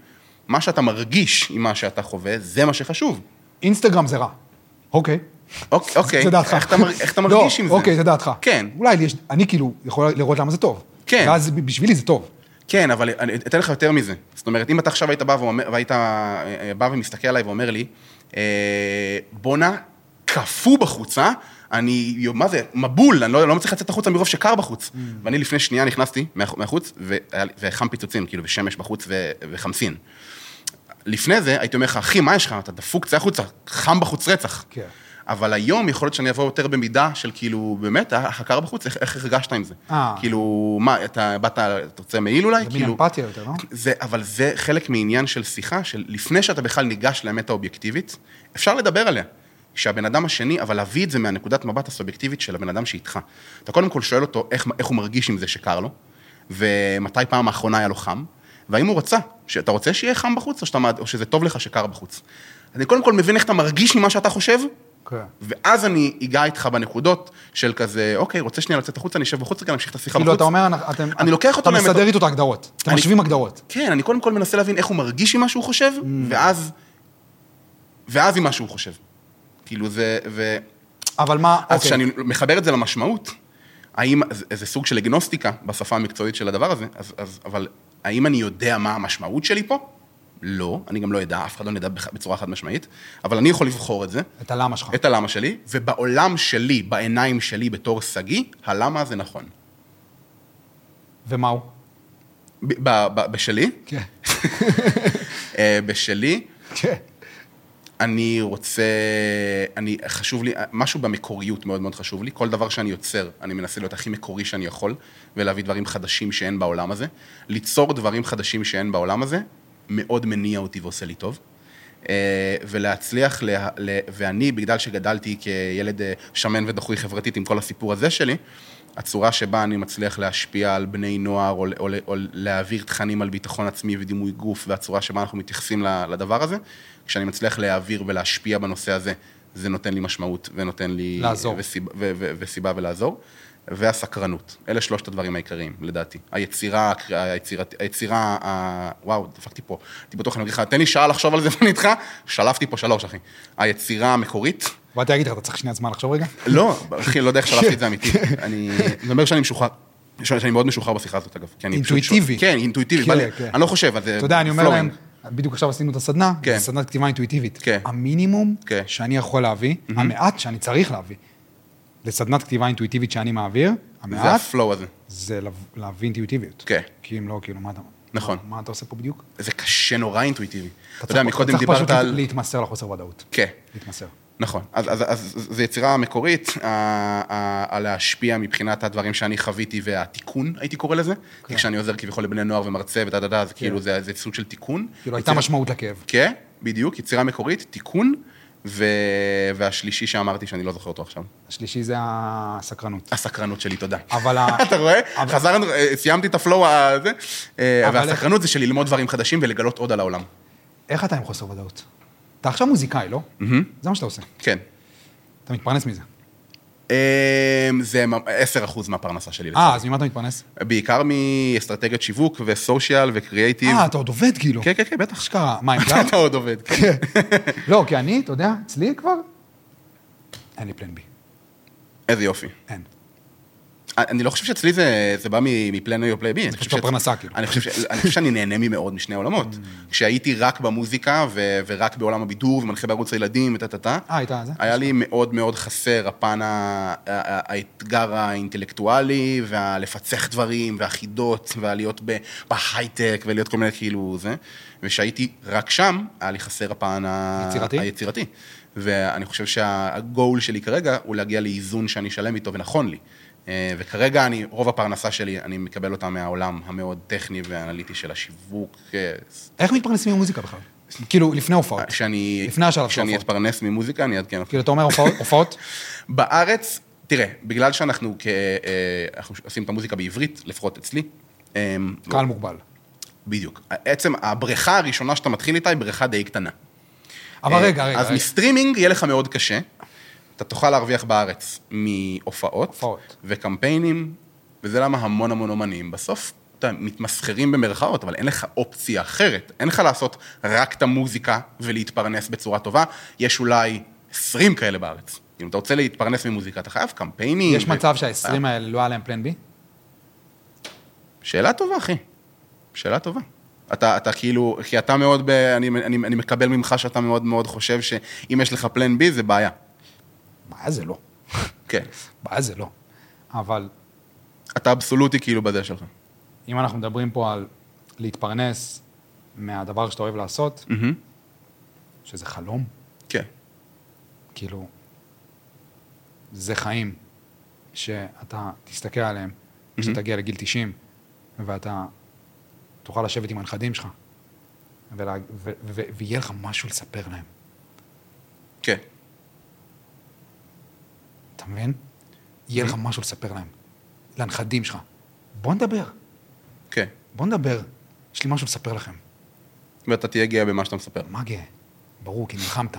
B: מה שאתה מרגיש עם מה שאתה חווה, זה מה שחשוב.
A: אינסטגרם זה רע. אוקיי.
B: אוק- אוקיי,
A: זה דעתך.
B: איך אתה, מר- איך אתה
A: לא,
B: מרגיש עם זה?
A: אוקיי, זה דעתך.
B: כן.
A: אולי לי יש, אני כאילו יכול לראות למה זה טוב.
B: כן.
A: ואז ב- בשבילי זה טוב.
B: כן, אבל אני אתן לך יותר מזה. זאת אומרת, אם אתה עכשיו היית בא, ואומר, והיית אה, בא ומסתכל עליי ואומר לי, אה, בואנה, קפוא בחוצה, אני, יו, מה זה, מבול, אני לא, לא מצליח לצאת החוצה מרוב שקר בחוץ. ואני לפני שנייה נכנסתי מהח- מהחוץ, והיה לי- וחם פיצוצים, כאילו, ושמש בחוץ ו- וחמסין. לפני זה, הייתי אומר לך, אחי, מה יש לך? אתה דפוק, צא החוצה, חם בחוץ רצח.
A: כן.
B: אבל היום יכול להיות שאני אבוא יותר במידה של כאילו, באמת, היה לך קר בחוץ, איך, איך הרגשת עם זה?
A: אה.
B: כאילו, מה, אתה באת, אתה רוצה מעיל אולי?
A: זה מין
B: כאילו,
A: אמפתיה יותר, לא?
B: זה, אבל זה חלק מעניין של שיחה, של לפני שאתה בכלל ניגש לאמת האובייקטיבית, אפשר לדבר עליה. שהבן אדם השני, אבל להביא את זה מהנקודת מבט הסובייקטיבית של הבן אדם שאיתך. אתה קודם כל שואל אותו איך, איך הוא מרגיש עם זה שקר לו, ומתי פעם האחרונה היה לו חם, והאם הוא רצה, שאתה רוצה שיהיה חם בחוץ, או, שאתה, מעד- או שזה טוב לך שקר בחוץ. אני קודם כל מבין איך אתה מרגיש ממה שאתה חושב,
A: כן.
B: ואז אני אגע איתך בנקודות של כזה, אוקיי, רוצה שנייה לצאת החוצה, אני אשב בחוץ רגע, נמשיך את השיחה
A: כאילו,
B: בחוץ.
A: אתה אומר, אנ- אתם...
B: אני לוקח אותו
A: אתה
B: לאמת-
A: מסדר איתו את ההגדרות. אתם
B: אני-
A: משווים הגדרות.
B: כן, אני קודם כל מנסה להבין איך הוא מרגיש עם מה שהוא חושב,
A: Mm.
B: ואז... ואז עם מה שהוא חושב. כאילו זה... ו...
A: אבל מה...
B: אז
A: אוקיי.
B: כשאני מחבר את זה למשמעות, האם... זה- זה סוג של אגנוסטיקה בשפה המקצועית של הדבר הזה, אז, אז... אבל האם אני יודע מה המשמעות שלי פה? לא, אני גם לא אדע, אף אחד לא נדע בח- בצורה חד משמעית, אבל אני יכול לבחור את זה,
A: את הלמה שלך.
B: את הלמה שלי, ובעולם שלי, בעיניים שלי בתור שגיא, הלמה זה נכון.
A: ומה הוא?
B: ב- ב- ב- בשלי,
A: כן.
B: אה, בשלי,
A: כן.
B: אני רוצה, אני, חשוב לי, משהו במקוריות מאוד מאוד חשוב לי. כל דבר שאני יוצר, אני מנסה להיות הכי מקורי שאני יכול, ולהביא דברים חדשים שאין בעולם הזה. ליצור דברים חדשים שאין בעולם הזה, מאוד מניע אותי ועושה לי טוב. אה, ולהצליח, לה, לה, ואני, בגלל שגדלתי כילד אה, שמן ודחוי חברתית עם כל הסיפור הזה שלי, הצורה שבה אני מצליח להשפיע על בני נוער, או, או, או להעביר תכנים על ביטחון עצמי ודימוי גוף, והצורה שבה אנחנו מתייחסים ל- לדבר הזה, כשאני מצליח להעביר ולהשפיע בנושא הזה, זה נותן לי משמעות ונותן לי...
A: לעזור.
B: וסיבה, ו, ו, וסיבה ולעזור. והסקרנות, אלה שלושת הדברים העיקריים, לדעתי. היצירה, הקר- היצירה, היצירה, ה... וואו, דפקתי פה, הייתי בטוח, אני אגיד לך, תן לי שעה לחשוב על זה ואני איתך, שלפתי פה שלוש, אחי. היצירה המקורית,
A: באתי להגיד לך, אתה צריך שנייה זמן לחשוב רגע?
B: לא, אחי, לא יודע איך שלפתי את זה אמיתי. אני אני אומר שאני משוחרר. שאני שאני מאוד משוחרר בשיחה הזאת, אגב. כי אני פשוט-
A: אינטואיטיבי.
B: כן, אינטואיטיבי. בא לי-
A: כן, כן.
B: אני לא חושב, אז זה...
A: אתה יודע, אני אומר
B: flowing.
A: להם, בדיוק עכשיו עשינו את הסדנה,
B: כן.
A: זו סדנת כתיבה אינטואיטיבית.
B: כן.
A: המינימום
B: כן.
A: שאני יכול להביא, המעט שאני צריך להביא, לסדנת כתיבה אינטואיטיבית שאני מעביר,
B: זה
A: המעט,
B: הפלואו הזה.
A: זה לב- להביא אינטואיטיביות.
B: כן.
A: כי אם לא, כאילו, מה אתה...
B: נכון.
A: מה- מה אתה עושה פה בדיוק?
B: זה קשה נורא אינטואיטיבי. אתה יודע,
A: צריך-
B: מקודם
A: צריך
B: דיברת
A: פשוט
B: על...
A: להתמסר לחוסר ודאות.
B: כן.
A: להתמסר.
B: נכון. אז, אז, אז, אז זו יצירה המקורית, ה- ה- ה- להשפיע מבחינת הדברים שאני חוויתי והתיקון, הייתי קורא לזה.
A: כן.
B: כי כשאני עוזר כביכול לבני נוער ומרצה ודה דה דה, זה כאילו, זה זה סוג של תיקון.
A: כאילו, הייתה
B: יצירה-
A: משמעות לכאב.
B: כן, בדיוק, יצירה מקורית, תיקון, ו... והשלישי שאמרתי שאני לא זוכר אותו עכשיו.
A: השלישי זה הסקרנות.
B: הסקרנות שלי, תודה.
A: אבל ה...
B: אתה רואה? חזרנו, אה, סיימתי את הפלואו הזה, אה,
A: אבל
B: והסקרנות זה של ללמוד דברים חדשים ולגלות עוד על העולם.
A: איך אתה עם חוסר ודאות? אתה עכשיו מוזיקאי, לא? זה מה שאתה עושה.
B: כן.
A: אתה מתפרנס מזה.
B: אה, זה מ- 10% מהפרנסה שלי.
A: אה, אז ממה אתה מתפרנס?
B: לצערי. בעיקר מאסטרטגיית שיווק וסושיאל וקריאייטיב.
A: אה, אתה עוד עובד כאילו.
B: כן, כן, כן, בטח.
A: אשכרה, מה, עם גב?
B: אתה עוד עובד. כן.
A: לא, כי אני, אתה יודע, אצלי כבר, אין לי פלן בי.
B: איזה יופי.
A: אין.
B: אני לא חושב שאצלי זה, זה בא מפלן A או פליי בי. אני
A: פשוט
B: חושב
A: הפרנסה,
B: שאצ-
A: כאילו.
B: אני חושב, ש- אני חושב שאני נהנה ממאוד משני העולמות. כשהייתי רק במוזיקה ו- ורק בעולם הבידור ומנחה בערוץ הילדים וטה טה טה,
A: אה, הייתה זה?
B: היה לי מאוד מאוד חסר הפן, ה- ה- ה- האתגר האינטלקטואלי, והלפצח דברים, והחידות, והלהיות ב- בהייטק, ולהיות כל מיני כאילו זה. וכשהייתי רק שם, היה לי חסר הפן ה-
A: יצירתי?
B: היצירתי. ואני חושב שהגול שלי כרגע הוא להגיע לאיזון שאני שלם איתו ונכון לי. אה, וכרגע אני, רוב הפרנסה שלי, אני מקבל אותה מהעולם המאוד טכני והאנליטי של השיווק, אה,
A: איך מתפרנסים ממוזיקה בכלל? כאילו, לפני הופעות.
B: כשאני,
A: לפני השלב של
B: כשאני
A: ההופעות.
B: אתפרנס ממוזיקה, אני אעדכן אותך.
A: כאילו, אתה אומר
B: לא.
A: הופעות- הופעות?
B: בארץ, תראה, בגלל שאנחנו כ... אה, אנחנו עושים את המוזיקה בעברית, לפחות אצלי, אה,
A: קהל מוגבל.
B: בדיוק. עצם הבריכה הראשונה שאתה מתחיל איתה היא בריכה די קטנה.
A: אבל
B: אה,
A: רגע, רגע,
B: אז
A: רגע.
B: מסטרימינג יהיה לך מאוד קשה. אתה תוכל להרוויח בארץ מהופעות.
A: הופעות.
B: וקמפיינים, וזה למה המון המון אומנים בסוף. אתה מתמסחרים במרכאות, אבל אין לך אופציה אחרת. אין לך לעשות רק את המוזיקה ולהתפרנס בצורה טובה. יש אולי 20 כאלה בארץ. אם אתה רוצה להתפרנס ממוזיקה, אתה חייב קמפיינים.
A: יש מצב
B: אה.
A: שה-20 האלה לא היה להם פלן בי?
B: שאלה טובה, אחי. שאלה טובה. אתה, אתה כאילו, כי אתה מאוד, ב, אני, אני, אני מקבל ממך שאתה מאוד מאוד חושב שאם יש לך פלן בי, זה בעיה.
A: מה זה לא?
B: כן.
A: מה זה לא? אבל
B: אתה אבסולוטי כאילו בזה שלך.
A: אם אנחנו מדברים פה על להתפרנס מהדבר שאתה אוהב
B: Mm.
A: לעשות, שזה חלום,
B: כן.
A: כאילו, זה חיים שאתה תסתכל עליהם כשתגיע לגיל 90, ואתה תוכל לשבת עם הנכדים שלך, ולה, ו, ו, ויהיה לך משהו לספר להם,
B: כן.
A: אתה מבין? יהיה לך משהו לספר להם, לנכדים שלך. בוא נדבר,
B: כן.
A: בוא נדבר, יש לי משהו לספר לכם.
B: ואתה תהיה גאה במה שאתה מספר.
A: מה גאה? ברור, כי נלחמת.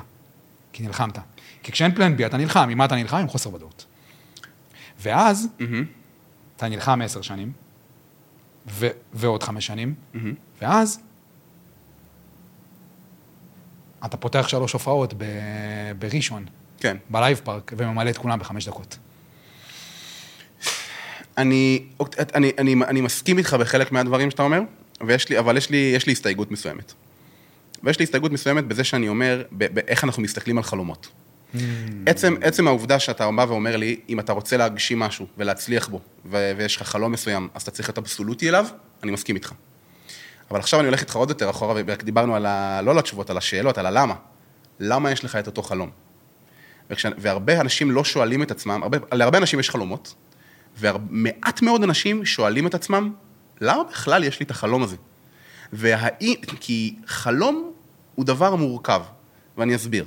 A: כי נלחמת. כי כשאין פלן בי, אתה נלחם. ממה אתה נלחם? עם חוסר ודאות. ואז, אתה נלחם עשר שנים, ו- ועוד חמש שנים, ואז, אתה פותח שלוש הופעות ב- בראשון,
B: כן.
A: בלייב פארק, וממלא את כולם בחמש דקות.
B: אני, אני, אני, אני מסכים איתך בחלק מהדברים שאתה אומר, ויש לי, אבל יש לי, יש לי הסתייגות מסוימת. ויש לי הסתייגות מסוימת בזה שאני אומר, ב- באיך אנחנו מסתכלים על חלומות. עצם, עצם העובדה שאתה בא ואומר לי, אם אתה רוצה להגשים משהו ולהצליח בו, ו- ויש לך חלום מסוים, אז אתה צריך להיות אבסולוטי אליו, אני מסכים איתך. אבל עכשיו אני הולך איתך עוד יותר אחורה, ורק דיברנו על ה... לא על התשובות, על השאלות, על הלמה. למה יש לך את אותו חלום. וכש, והרבה אנשים לא שואלים את עצמם, הרבה, להרבה אנשים יש חלומות, ומעט מאוד אנשים שואלים את עצמם, למה בכלל יש לי את החלום הזה? והאי, כי חלום הוא דבר מורכב, ואני אסביר.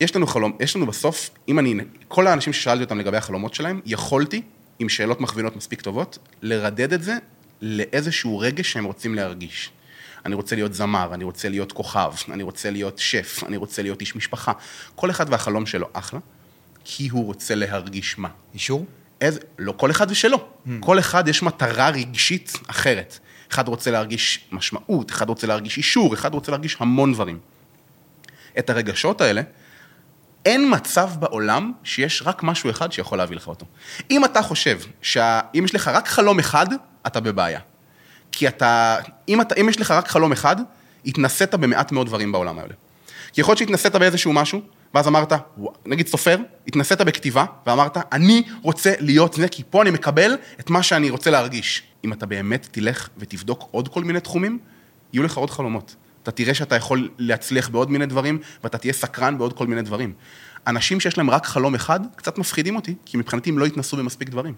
B: יש לנו חלום, יש לנו בסוף, אם אני, כל האנשים ששאלתי אותם לגבי החלומות שלהם, יכולתי, עם שאלות מכווינות מספיק טובות, לרדד את זה לאיזשהו רגש שהם רוצים להרגיש. אני רוצה להיות זמר, אני רוצה להיות כוכב, אני רוצה להיות שף, אני רוצה להיות איש משפחה. כל אחד והחלום שלו אחלה, כי הוא רוצה להרגיש מה.
A: אישור?
B: איזה, לא כל אחד ושלו. Mm. כל אחד יש מטרה רגשית אחרת. אחד רוצה להרגיש משמעות, אחד רוצה להרגיש אישור, אחד רוצה להרגיש המון דברים. את הרגשות האלה, אין מצב בעולם שיש רק משהו אחד שיכול להביא לך אותו. אם אתה חושב שאם יש לך רק חלום אחד, אתה בבעיה. כי אתה, אם, אתה, אם יש לך רק חלום אחד, התנסית במעט מאוד דברים בעולם האלה. כי יכול להיות שהתנסית באיזשהו משהו, ואז אמרת, ווא, נגיד סופר, התנסית בכתיבה, ואמרת, אני רוצה להיות זה, כי פה אני מקבל את מה שאני רוצה להרגיש. אם אתה באמת תלך ותבדוק עוד כל מיני תחומים, יהיו לך עוד חלומות. אתה תראה שאתה יכול להצליח בעוד מיני דברים, ואתה תהיה סקרן בעוד כל מיני דברים. אנשים שיש להם רק חלום אחד, קצת מפחידים אותי, כי מבחינתי הם לא התנסו במספיק דברים.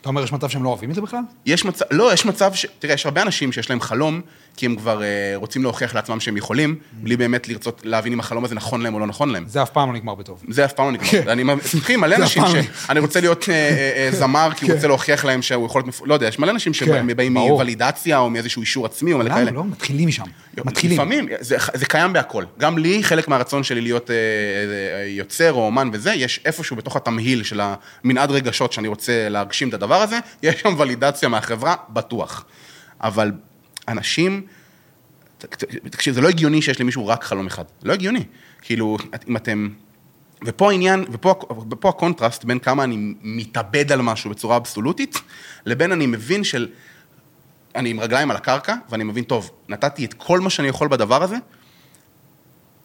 A: אתה אומר, יש מצב שהם לא אוהבים את זה בכלל?
B: יש מצב, לא, יש מצב ש... תראה, יש הרבה אנשים שיש להם חלום, כי הם כבר אה, רוצים להוכיח לעצמם שהם יכולים, בלי באמת לרצות להבין אם החלום הזה נכון להם או לא נכון להם.
A: זה אף פעם לא נגמר בטוב.
B: זה אף פעם לא נגמר. אני מתחיל מלא
A: כן. זה אף
B: אנשים
A: פעם לא.
B: ש... אני רוצה להיות אה, אה, אה, זמר, כי הוא רוצה להוכיח להם שהוא יכול להיות... מפ- לא יודע, יש מלא אנשים
A: כן,
B: שבאים
A: ברור.
B: מוולידציה או מאיזשהו אישור עצמי או מלא כאלה.
A: למה לא? מתחילים משם. מתחילים.
B: לפעמים, זה, זה קיים בהכל. גם לי, חלק מהרצון שלי להיות אה, אה, יוצר או אומן וזה, יש איפשהו בתוך התמהיל של המנעד רגשות שאני רוצה להגשים את הדבר הזה, יש שם ולידציה מהחברה, בטוח. אבל אנשים, ת- ת- תקשיב, זה לא הגיוני שיש למישהו רק חלום אחד. לא הגיוני. כאילו, את- אם אתם... ופה העניין, ופה, ופה הקונטרסט בין כמה אני מתאבד על משהו בצורה אבסולוטית, לבין אני מבין של... אני עם רגליים על הקרקע, ואני מבין, טוב, נתתי את כל מה שאני יכול בדבר הזה,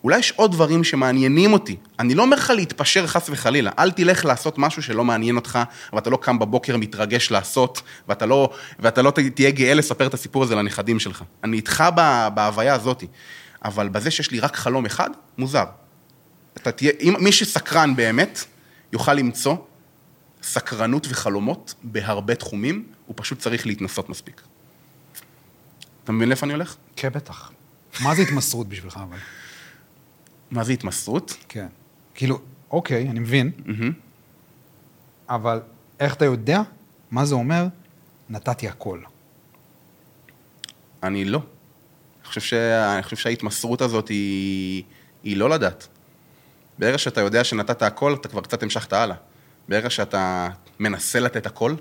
B: אולי יש עוד דברים שמעניינים אותי. אני לא אומר לך להתפשר חס וחלילה, אל תלך לעשות משהו שלא מעניין אותך, ואתה לא קם בבוקר מתרגש לעשות, ואתה לא, ואתה לא ת- תהיה גאה לספר את הסיפור הזה לנכדים שלך. אני איתך ב- בהוויה הזאת, אבל בזה שיש לי רק חלום אחד, מוזר. אתה תהיה, אם, מי שסקרן באמת, יוכל למצוא סקרנות וחלומות בהרבה תחומים, הוא פשוט צריך להתנסות מספיק. אתה מבין לאיפה אני הולך?
A: כן, בטח. מה זה התמסרות בשבילך, אבל?
B: מה זה התמסרות?
A: כן. כאילו, אוקיי, אני מבין, אבל איך אתה יודע מה זה אומר נתתי הכל?
B: אני לא. אני חושב, שה... אני חושב שההתמסרות הזאת היא... היא לא לדעת. ברגע שאתה יודע שנתת הכל, אתה כבר קצת המשכת הלאה. ברגע שאתה מנסה לתת הכל,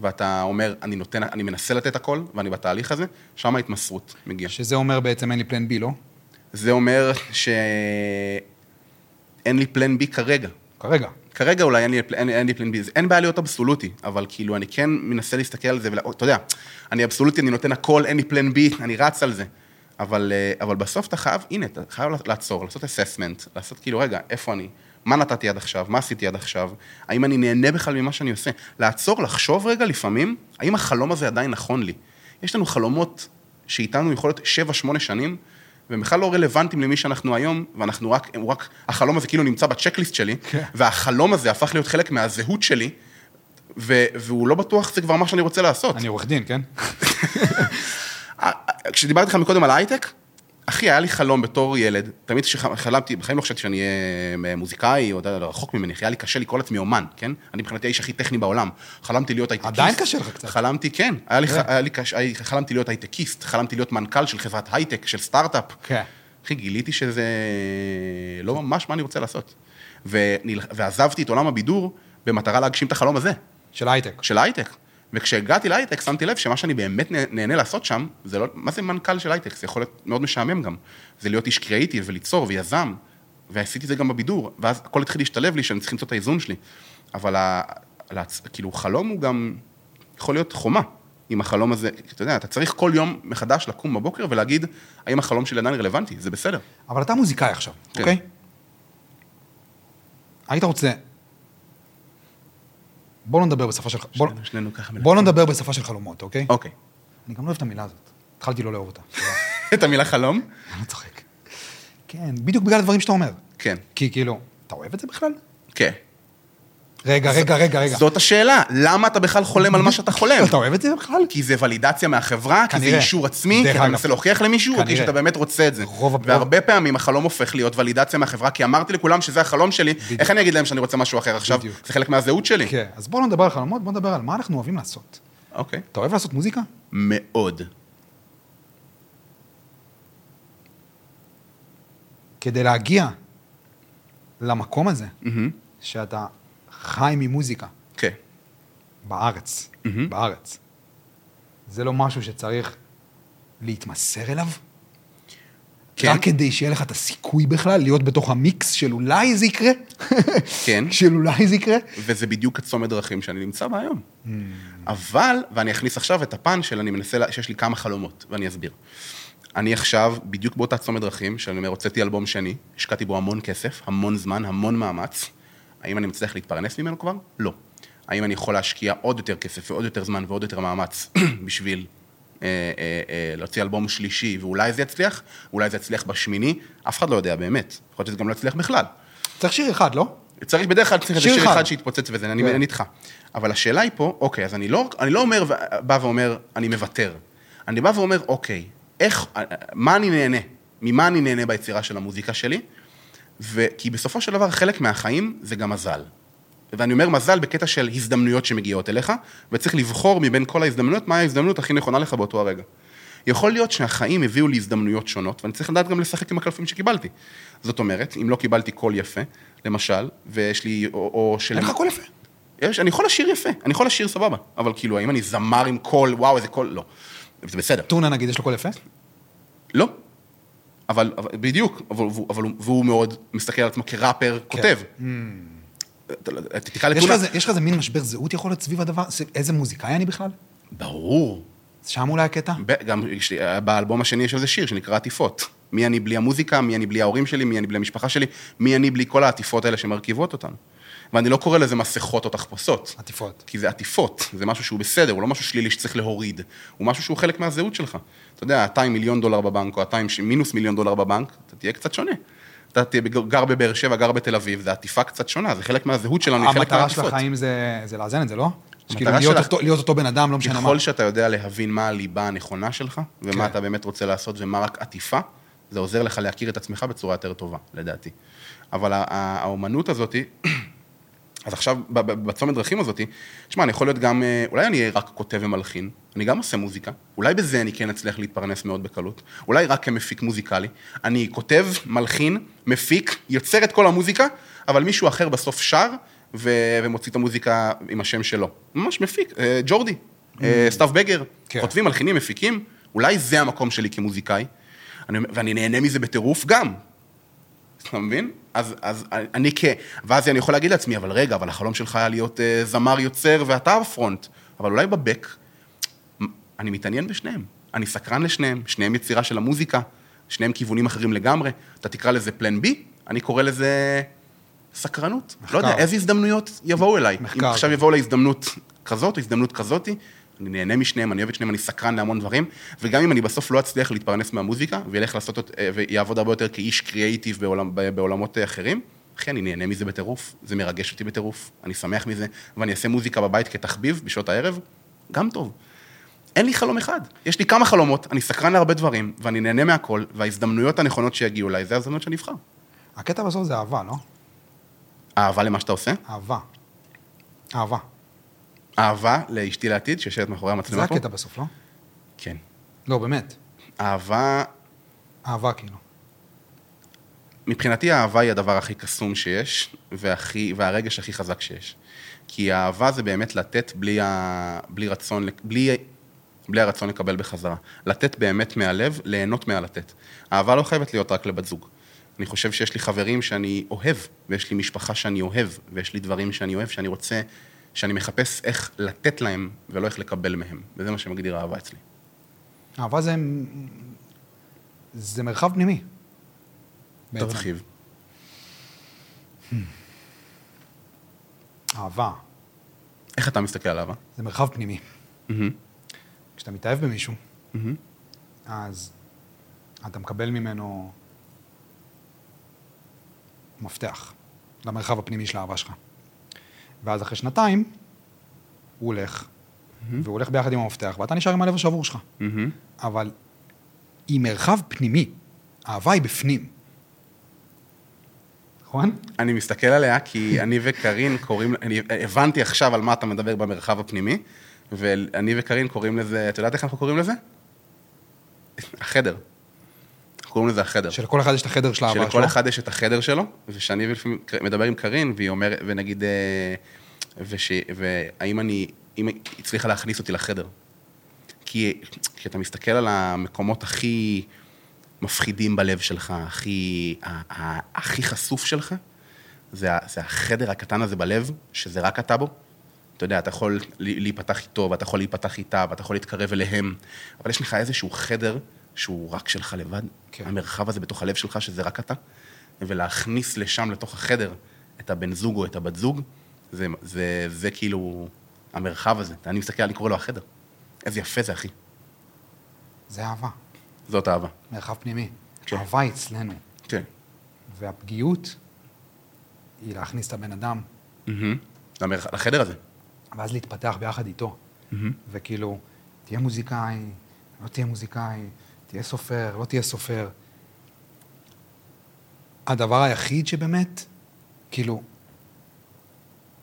B: ואתה אומר, אני, נותן, אני מנסה לתת הכל, ואני בתהליך הזה, שם ההתמסרות מגיעה.
A: שזה אומר בעצם אין לי פלן בי, לא?
B: זה אומר שאין לי פלן בי כרגע.
A: כרגע.
B: כרגע אולי אין לי, אין, אין לי פלן בי, זה- אין בעיה להיות אבסולוטי, אבל כאילו אני כן מנסה להסתכל על זה, ואתה יודע, אני אבסולוטי, אני נותן הכל, אין לי פלן בי, אני רץ על זה. אבל, אה, אבל בסוף אתה חייב, הנה, אתה חייב לעצור, לעשות אססמנט, לעשות כאילו, רגע, איפה אני? מה נתתי עד עכשיו? מה עשיתי עד עכשיו? האם אני נהנה בכלל ממה שאני עושה? לעצור, לחשוב רגע לפעמים, האם החלום הזה עדיין נכון לי? יש לנו חלומות שאיתנו יכול להיות שבע, שמונה שנים, והם בכלל לא רלוונטיים למי שאנחנו היום, ואנחנו רק, הוא רק, החלום הזה כאילו נמצא בצ'קליסט שלי,
A: כן.
B: והחלום הזה הפך להיות חלק מהזהות שלי, ו, והוא לא בטוח שזה כבר מה שאני רוצה לעשות. אה,
A: אני עורך דין, כן?
B: כשדיברתי איתך מקודם על הייטק, אחי, היה לי חלום בתור ילד, תמיד כשחלמתי, בחיים לא חשבתי שאני אהיה מוזיקאי, או אתה יודע, רחוק ממני, היה לי קשה לקרוא לעצמי אומן, כן? אני מבחינתי האיש הכי טכני בעולם. חלמתי להיות הייטקיסט.
A: עדיין קשה לך קצת.
B: חלמתי, כן. היה לי,
A: כן.
B: היה לי קשה, היה- חלמתי להיות הייטקיסט, חלמתי להיות מנכ"ל של חברת הייטק, של סטארט-אפ.
A: כן.
B: אחי, גיליתי שזה לא ממש מה אני רוצה לעשות. ונל- ועזבתי את עולם הבידור במטרה להגשים את החלום הזה.
A: של הייטק.
B: של הייטק. וכשהגעתי להייטק, שמתי לב שמה שאני באמת נה- נהנה לעשות שם, זה לא, מה זה מנכ"ל של הייטק? זה יכול להיות מאוד משעמם גם. זה להיות איש קריאיטיב וליצור ויזם, ועשיתי את זה גם בבידור, ואז הכל התחיל להשתלב לי, שאני צריך למצוא את האיזון שלי. אבל ה, להצ- כאילו, חלום הוא גם יכול להיות חומה עם החלום הזה. אתה יודע, אתה צריך כל יום מחדש לקום בבוקר ולהגיד, האם החלום שלי עדיין רלוונטי? זה בסדר.
A: אבל אתה מוזיקאי עכשיו,
B: כן.
A: אוקיי? היית רוצה... בוא לא נדבר בשפה של... ח- בוא-
B: שנינו- שנינו ככה מלכים.
A: בוא לא נדבר בשפה של חלומות, אוקיי?
B: אוקיי.
A: אני גם לא אוהב את המילה הזאת. התחלתי לא לאהוב אותה.
B: את המילה חלום?
A: אני לא צוחק. כן, בדיוק בגלל הדברים שאתה אומר.
B: כן,
A: כי כאילו, אתה אוהב את זה בכלל?
B: כן.
A: רגע, רגע, רגע, רגע.
B: זאת השאלה, למה אתה בכלל חולם על מה שאתה חולם? כן.
A: אתה אוהב את זה בכלל?
B: כי זה ולידציה מהחברה, כי זה
A: כנראה.
B: אישור עצמי,
A: דרך
B: כי אתה
A: אגב.
B: מנסה להוכיח למישהו, או כי
A: כנראה.
B: שאתה באמת רוצה את זה.
A: רוב הפעמים.
B: והרבה פעמים החלום הופך להיות ולידציה מהחברה, כי אמרתי לכולם שזה החלום שלי, איך אני אגיד להם שאני רוצה משהו אחר עכשיו?
A: בדיוק.
B: זה חלק מהזהות שלי.
A: כן, אז בואו לא נדבר על חלומות, בואו נדבר על מה אנחנו אוהבים לעשות.
B: אוקיי.
A: אתה אוהב לעשות מוזיקה?
B: מאוד.
A: כדי להגיע למקום הזה,
B: מהמם.
A: שאתה חי ממוזיקה
B: כן.
A: בארץ,
B: מהמם.
A: בארץ, זה לא משהו שצריך להתמסר אליו?
B: כן.
A: רק כדי שיהיה לך את הסיכוי בכלל להיות בתוך המיקס של אולי זה יקרה?
B: כן.
A: של אולי זה יקרה?
B: וזה בדיוק הצומת דרכים שאני נמצא בה היום. אבל, ואני אכניס עכשיו את הפן של אני מנסה, לה- שיש לי כמה חלומות, ואני אסביר. אני עכשיו, בדיוק באותה צומת דרכים, שאני אומר, הוצאתי אלבום שני, השקעתי בו המון כסף, המון זמן, המון מאמץ. האם אני מצליח להתפרנס ממנו כבר? לא. האם אני יכול להשקיע עוד יותר כסף ועוד יותר זמן ועוד יותר מאמץ בשביל אה, אה, אה, להוציא אלבום שלישי, ואולי זה יצליח? אולי זה יצליח בשמיני? אף אחד לא יודע באמת. יכול להיות שזה גם לא יצליח בכלל.
A: צריך שיר אחד, לא?
B: צריך בדרך כלל צריך איזה
A: שיר
B: שיר
A: אחד.
B: אחד שיתפוצץ וזה, אני
A: כן.
B: אני איתך. אבל השאלה היא פה, אוקיי, אז אני לא, אני לא אומר, ו- בא ואומר, אני מוותר. אני בא ואומר, אוקיי, איך, מה אני נהנה? ממה אני נהנה ביצירה של המוזיקה שלי? וכי בסופו של דבר חלק מהחיים זה גם מזל. ואני אומר מזל בקטע של הזדמנויות שמגיעות אליך, וצריך לבחור מבין כל ההזדמנויות מה ההזדמנות הכי נכונה לך באותו הרגע. יכול להיות שהחיים הביאו לי הזדמנויות שונות, ואני צריך לדעת גם לשחק עם הקלפים שקיבלתי. זאת אומרת, אם לא קיבלתי קול יפה, למשל, ויש לי, או, או של...
A: אין לך קול יפה.
B: יש, אני יכול לשיר יפה, אני יכול לשיר סבבה, אבל כאילו, האם אני זמר עם קול, וואו, איזה קול, לא. זה בסדר.
A: טונה נגיד, יש לו קול יפה?
B: לא. אבל, אבל בדיוק, אבל, והוא- אבל, הוא- והוא מאוד מסתכל על עצמו כראפר כותב. אתה לא- אתה תקרא
A: כן. Mm. יש לך
B: לתונה.
A: איזה- יש לך איזה מין משבר זהות יכול להיות סביב הדבר? ס- איזה מוזיקאי אני בכלל?
B: ברור.
A: שם אולי הקטע?
B: ב- גם יש לי- אה, באלבום השני יש איזה שיר שנקרא עטיפות. מי אני בלי המוזיקה, מי אני בלי ההורים שלי, מי אני בלי המשפחה שלי, מי אני בלי כל העטיפות האלה שמרכיבות אותנו. ואני לא קורא לזה מסכות או תחפושות.
A: עטיפות.
B: כי זה עטיפות, זה משהו שהוא בסדר, הוא לא משהו שלילי שצריך להוריד, הוא משהו שהוא חלק מהזהות שלך. אתה יודע, 200 מיליון דולר בבנק, או 200 ש- מינוס מיליון דולר בבנק, אתה תהיה קצת שונה. אתה תהיה, בג- גר בבאר שבע, גר בתל אביב, זה עטיפה קצת שונה, זה חלק מהזהות שלנו, היא חלק
A: המטרה של
B: מהעטיפות.
A: החיים זה זה לאזן את זה, לא? כאילו
B: של
A: להיות
B: הח-
A: אותו- להיות אותו בן אדם, לא משנה מה.
B: ככל שאתה יודע להבין מה הליבה הנכונה שלך, ומה
A: כן.
B: אתה באמת רוצה לעשות ומה רק עטיפה, זה עוזר לך להכיר את עצמך בצורה יותר טובה, לדעתי. אבל הא- הא- האומנות הזאת, אז עכשיו, ב- ב- בצומת דרכים הזאת, תשמע, אני יכול להיות גם, אה, אולי אני רק כותב ומלחין, אני גם עושה מוזיקה, אולי בזה אני כן אצליח להתפרנס מאוד בקלות, אולי רק כמפיק מוזיקלי, אני כותב, מלחין, מפיק, יוצר את כל המוזיקה, אבל מישהו אחר בסוף שר ו- ומוציא את המוזיקה עם השם שלו. ממש מפיק, אה, ג'ורדי, אה, סתיו בגר,
A: כן.
B: כותבים, מלחינים, מפיקים, אולי זה המקום שלי כמוזיקאי, אני, אומר- ואני נהנה מזה בטירוף גם, אתה מבין? אז, אז אני כ... ואז אני יכול להגיד לעצמי, אבל רגע, אבל החלום שלך היה להיות אה, זמר יוצר ואתה הפרונט. אבל אולי בבק, אני מתעניין בשניהם. אני סקרן לשניהם, שניהם יצירה של המוזיקה, שניהם כיוונים אחרים לגמרי. אתה תקרא לזה פלן בי, אני קורא לזה סקרנות. מחקר.
A: מחקר.
B: לא יודע, איזה הזדמנויות יבואו אליי. מחקר.
A: מחקר.
B: אם עכשיו יבואו אליי הזדמנות כזאת, או הזדמנות כזאתי, אני נהנה משניהם, אני אוהב את שניהם, אני סקרן להמון דברים, וגם אם אני בסוף לא אצליח להתפרנס מהמוזיקה, וילך לעשות, אות- אה, ויעבוד הרבה יותר כאיש קריאייטיב בעולם, ב- בעולמות אה, אחרים, אחי, אני נהנה מזה בטירוף, זה מרגש אותי בטירוף, אני שמח מזה, ואני אעשה מוזיקה בבית כתחביב בשעות הערב, גם טוב. אין לי חלום אחד. יש לי כמה חלומות, אני סקרן להרבה דברים, ואני נהנה מהכל, וההזדמנויות הנכונות שיגיעו אליי, זה ההזדמנות שאני אבחר.
A: הקטע בסוף זה אהבה, לא?
B: אהבה למה שאתה עושה,
A: אהבה. אהבה.
B: אהבה לאשתי לעתיד, שיושבת מאחורי
A: זה
B: המצלמה פה.
A: הקטע בסוף, לא?
B: כן.
A: לא, באמת.
B: אהבה,
A: אהבה כאילו.
B: מבחינתי האהבה היא הדבר הכי קסום שיש, והכי, והרגש הכי חזק שיש. כי האהבה זה באמת לתת בלי, ה... בלי רצון, בלי... בלי הרצון לקבל בחזרה. לתת באמת מהלב, ליהנות מהלתת. אהבה לא חייבת להיות רק לבת זוג. אני חושב שיש לי חברים שאני אוהב, ויש לי משפחה שאני אוהב, ויש לי דברים שאני אוהב, שאני רוצה, שאני מחפש איך לתת להם, ולא איך לקבל מהם. וזה מה שמגדיר אהבה אצלי.
A: אהבה זה... זה מרחב פנימי. בעצם.
B: תרחיב.
A: אהבה.
B: איך אתה מסתכל על אהבה?
A: זה מרחב פנימי. כשאתה מתאהב במישהו, אז אתה מקבל ממנו מפתח למרחב הפנימי של האהבה שלך. ואז אחרי שנתיים, הוא הולך, והוא הולך ביחד עם המפתח, ואתה נשאר עם הלב השבור שלך.
B: מהמם.
A: אבל היא מרחב פנימי, אהבה היא בפנים. נכון?
B: אני מסתכל עליה כי אני וקארין קוראים, אני הבנתי עכשיו על מה אתה מדבר במרחב הפנימי, ואני וקארין קוראים לזה, את יודעת איך אנחנו קוראים לזה? החדר. אנחנו קוראים לזה החדר.
A: שלכל אחד יש את החדר של האהבה שלו.
B: שלכל אחד יש את החדר שלו, ושאני לפעמים מדבר עם קארין, והיא אומרת, ונגיד, אה, וש, והאם אני, אם היא הצליחה להכניס אותי לחדר. כי כשאתה מסתכל על המקומות הכי מפחידים בלב שלך, הכי, ה- ה- הכי חשוף שלך, זה, ה- זה החדר הקטן הזה בלב, שזה רק אתה בו. אתה יודע, אתה יכול לי- להיפתח איתו, ואתה יכול להיפתח איתה, ואתה יכול להתקרב אליהם, אבל יש לך איזשהו חדר שהוא רק שלך לבד,
A: כן.
B: כן. המרחב הזה בתוך הלב שלך, שזה רק אתה, ולהכניס לשם, לתוך החדר, את הבן זוג או את הבת זוג, זה, זה, זה כאילו המרחב הזה. אני מסתכל, אני קורא לו החדר. איזה יפה זה, אחי.
A: זה אהבה,
B: זאת אהבה.
A: מרחב פנימי.
B: כן.
A: אהבה אצלנו,
B: כן.
A: והפגיעות היא להכניס את הבן אדם,
B: מהמם. למרח- לחדר הזה.
A: ואז להתפתח ביחד איתו. וכאילו, תהיה מוזיקאי, לא תהיה מוזיקאי, תהיה סופר, לא תהיה סופר. הדבר היחיד שבאמת, כאילו,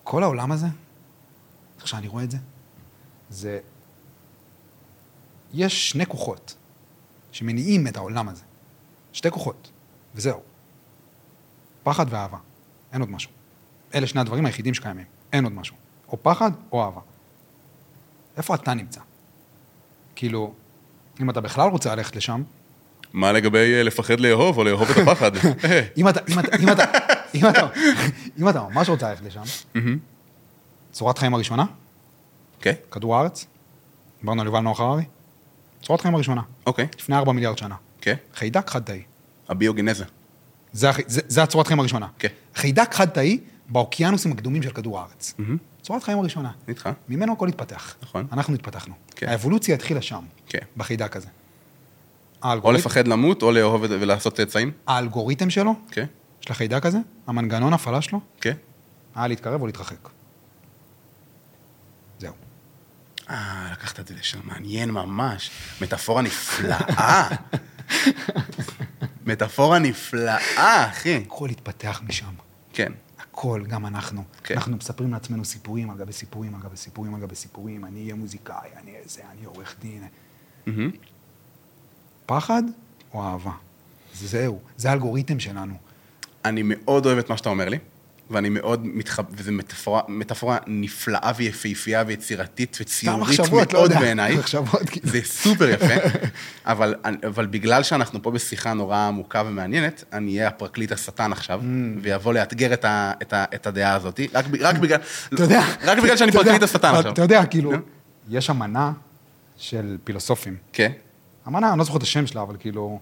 A: כל העולם הזה, איך שאני רואה את זה, זה... יש שני כוחות שמניעים את העולם הזה. שתי כוחות, וזהו. פחד ואהבה. אין עוד משהו. אלה שני הדברים היחידים שקיימים. אין עוד משהו. או פחד או אהבה. איפה אתה נמצא? כאילו, אם אתה בכלל רוצה ללכת לשם,
B: מה לגבי אה, לפחד לאהוב או לאהוב את הפחד? אה,
A: אם אתה, אם אתה, אם אתה, אם אתה, אם אתה ממש רוצה ללכת לשם, צורת חיים הראשונה,
B: כן,
A: כדור הארץ, דיברנו על יובל נוח הררי, צורת חיים הראשונה,
B: אוקיי,
A: לפני 4 מיליארד שנה,
B: כן.
A: חיידק חד-תאי.
B: הביוגנזה.
A: זה, החי- זה, זה הצורת חיים הראשונה.
B: כן.
A: חיידק חד-תאי באוקיינוסים הקדומים של כדור הארץ. צורת חיים הראשונה.
B: אני איתך.
A: ממנו הכל התפתח.
B: נכון.
A: אנחנו התפתחנו.
B: כן.
A: האבולוציה התחילה שם,
B: כן.
A: בחיידק הזה.
B: או
A: האלגוריתם,
B: לפחד למות או לאהוב את- ולעשות צאצאים.
A: האלגוריתם שלו,
B: כן,
A: של החיידק הזה, המנגנון הפעלה שלו,
B: כן.
A: היה להתקרב או להתרחק. זהו.
B: אה, לקחת את זה לשם, מעניין ממש. מטאפורה נפלאה. מטאפורה נפלאה, אחי.
A: הכל התפתח משם.
B: כן,
A: הכל, גם אנחנו.
B: כן.
A: אנחנו מספרים לעצמנו סיפורים על גבי סיפורים על גבי סיפורים על גבי סיפורים, אני אהיה מוזיקאי, אני אהיה זה, אני עורך דין.
B: מהמם.
A: פחד או אהבה? זהו, זה האלגוריתם שלנו.
B: אני מאוד אוהב את מה שאתה אומר לי, ואני מאוד מתחב... וזו מטאפורה, מטאפורה נפלאה ויפהפייה ויצירתית וציורית
A: מחשבות, לא
B: מאוד
A: יודע.
B: בעיניי.
A: מחשבות, כאילו.
B: זה סופר יפה, אבל, אבל בגלל שאנחנו פה בשיחה נורא עמוקה ומעניינת, אני אהיה הפרקליט השטן עכשיו, ויבוא לאתגר את, ה, את, ה, את הדעה הזאת, רק, ב- רק בגלל...
A: אתה יודע...
B: רק בגלל שאני
A: אתה יודע-
B: פרקליט השטן עכשיו. כן.
A: אתה יודע, כאילו,
B: נו.
A: יש אמנה של פילוסופים.
B: כן,
A: אמנה, אני לא זוכר את השם שלה, אבל כאילו,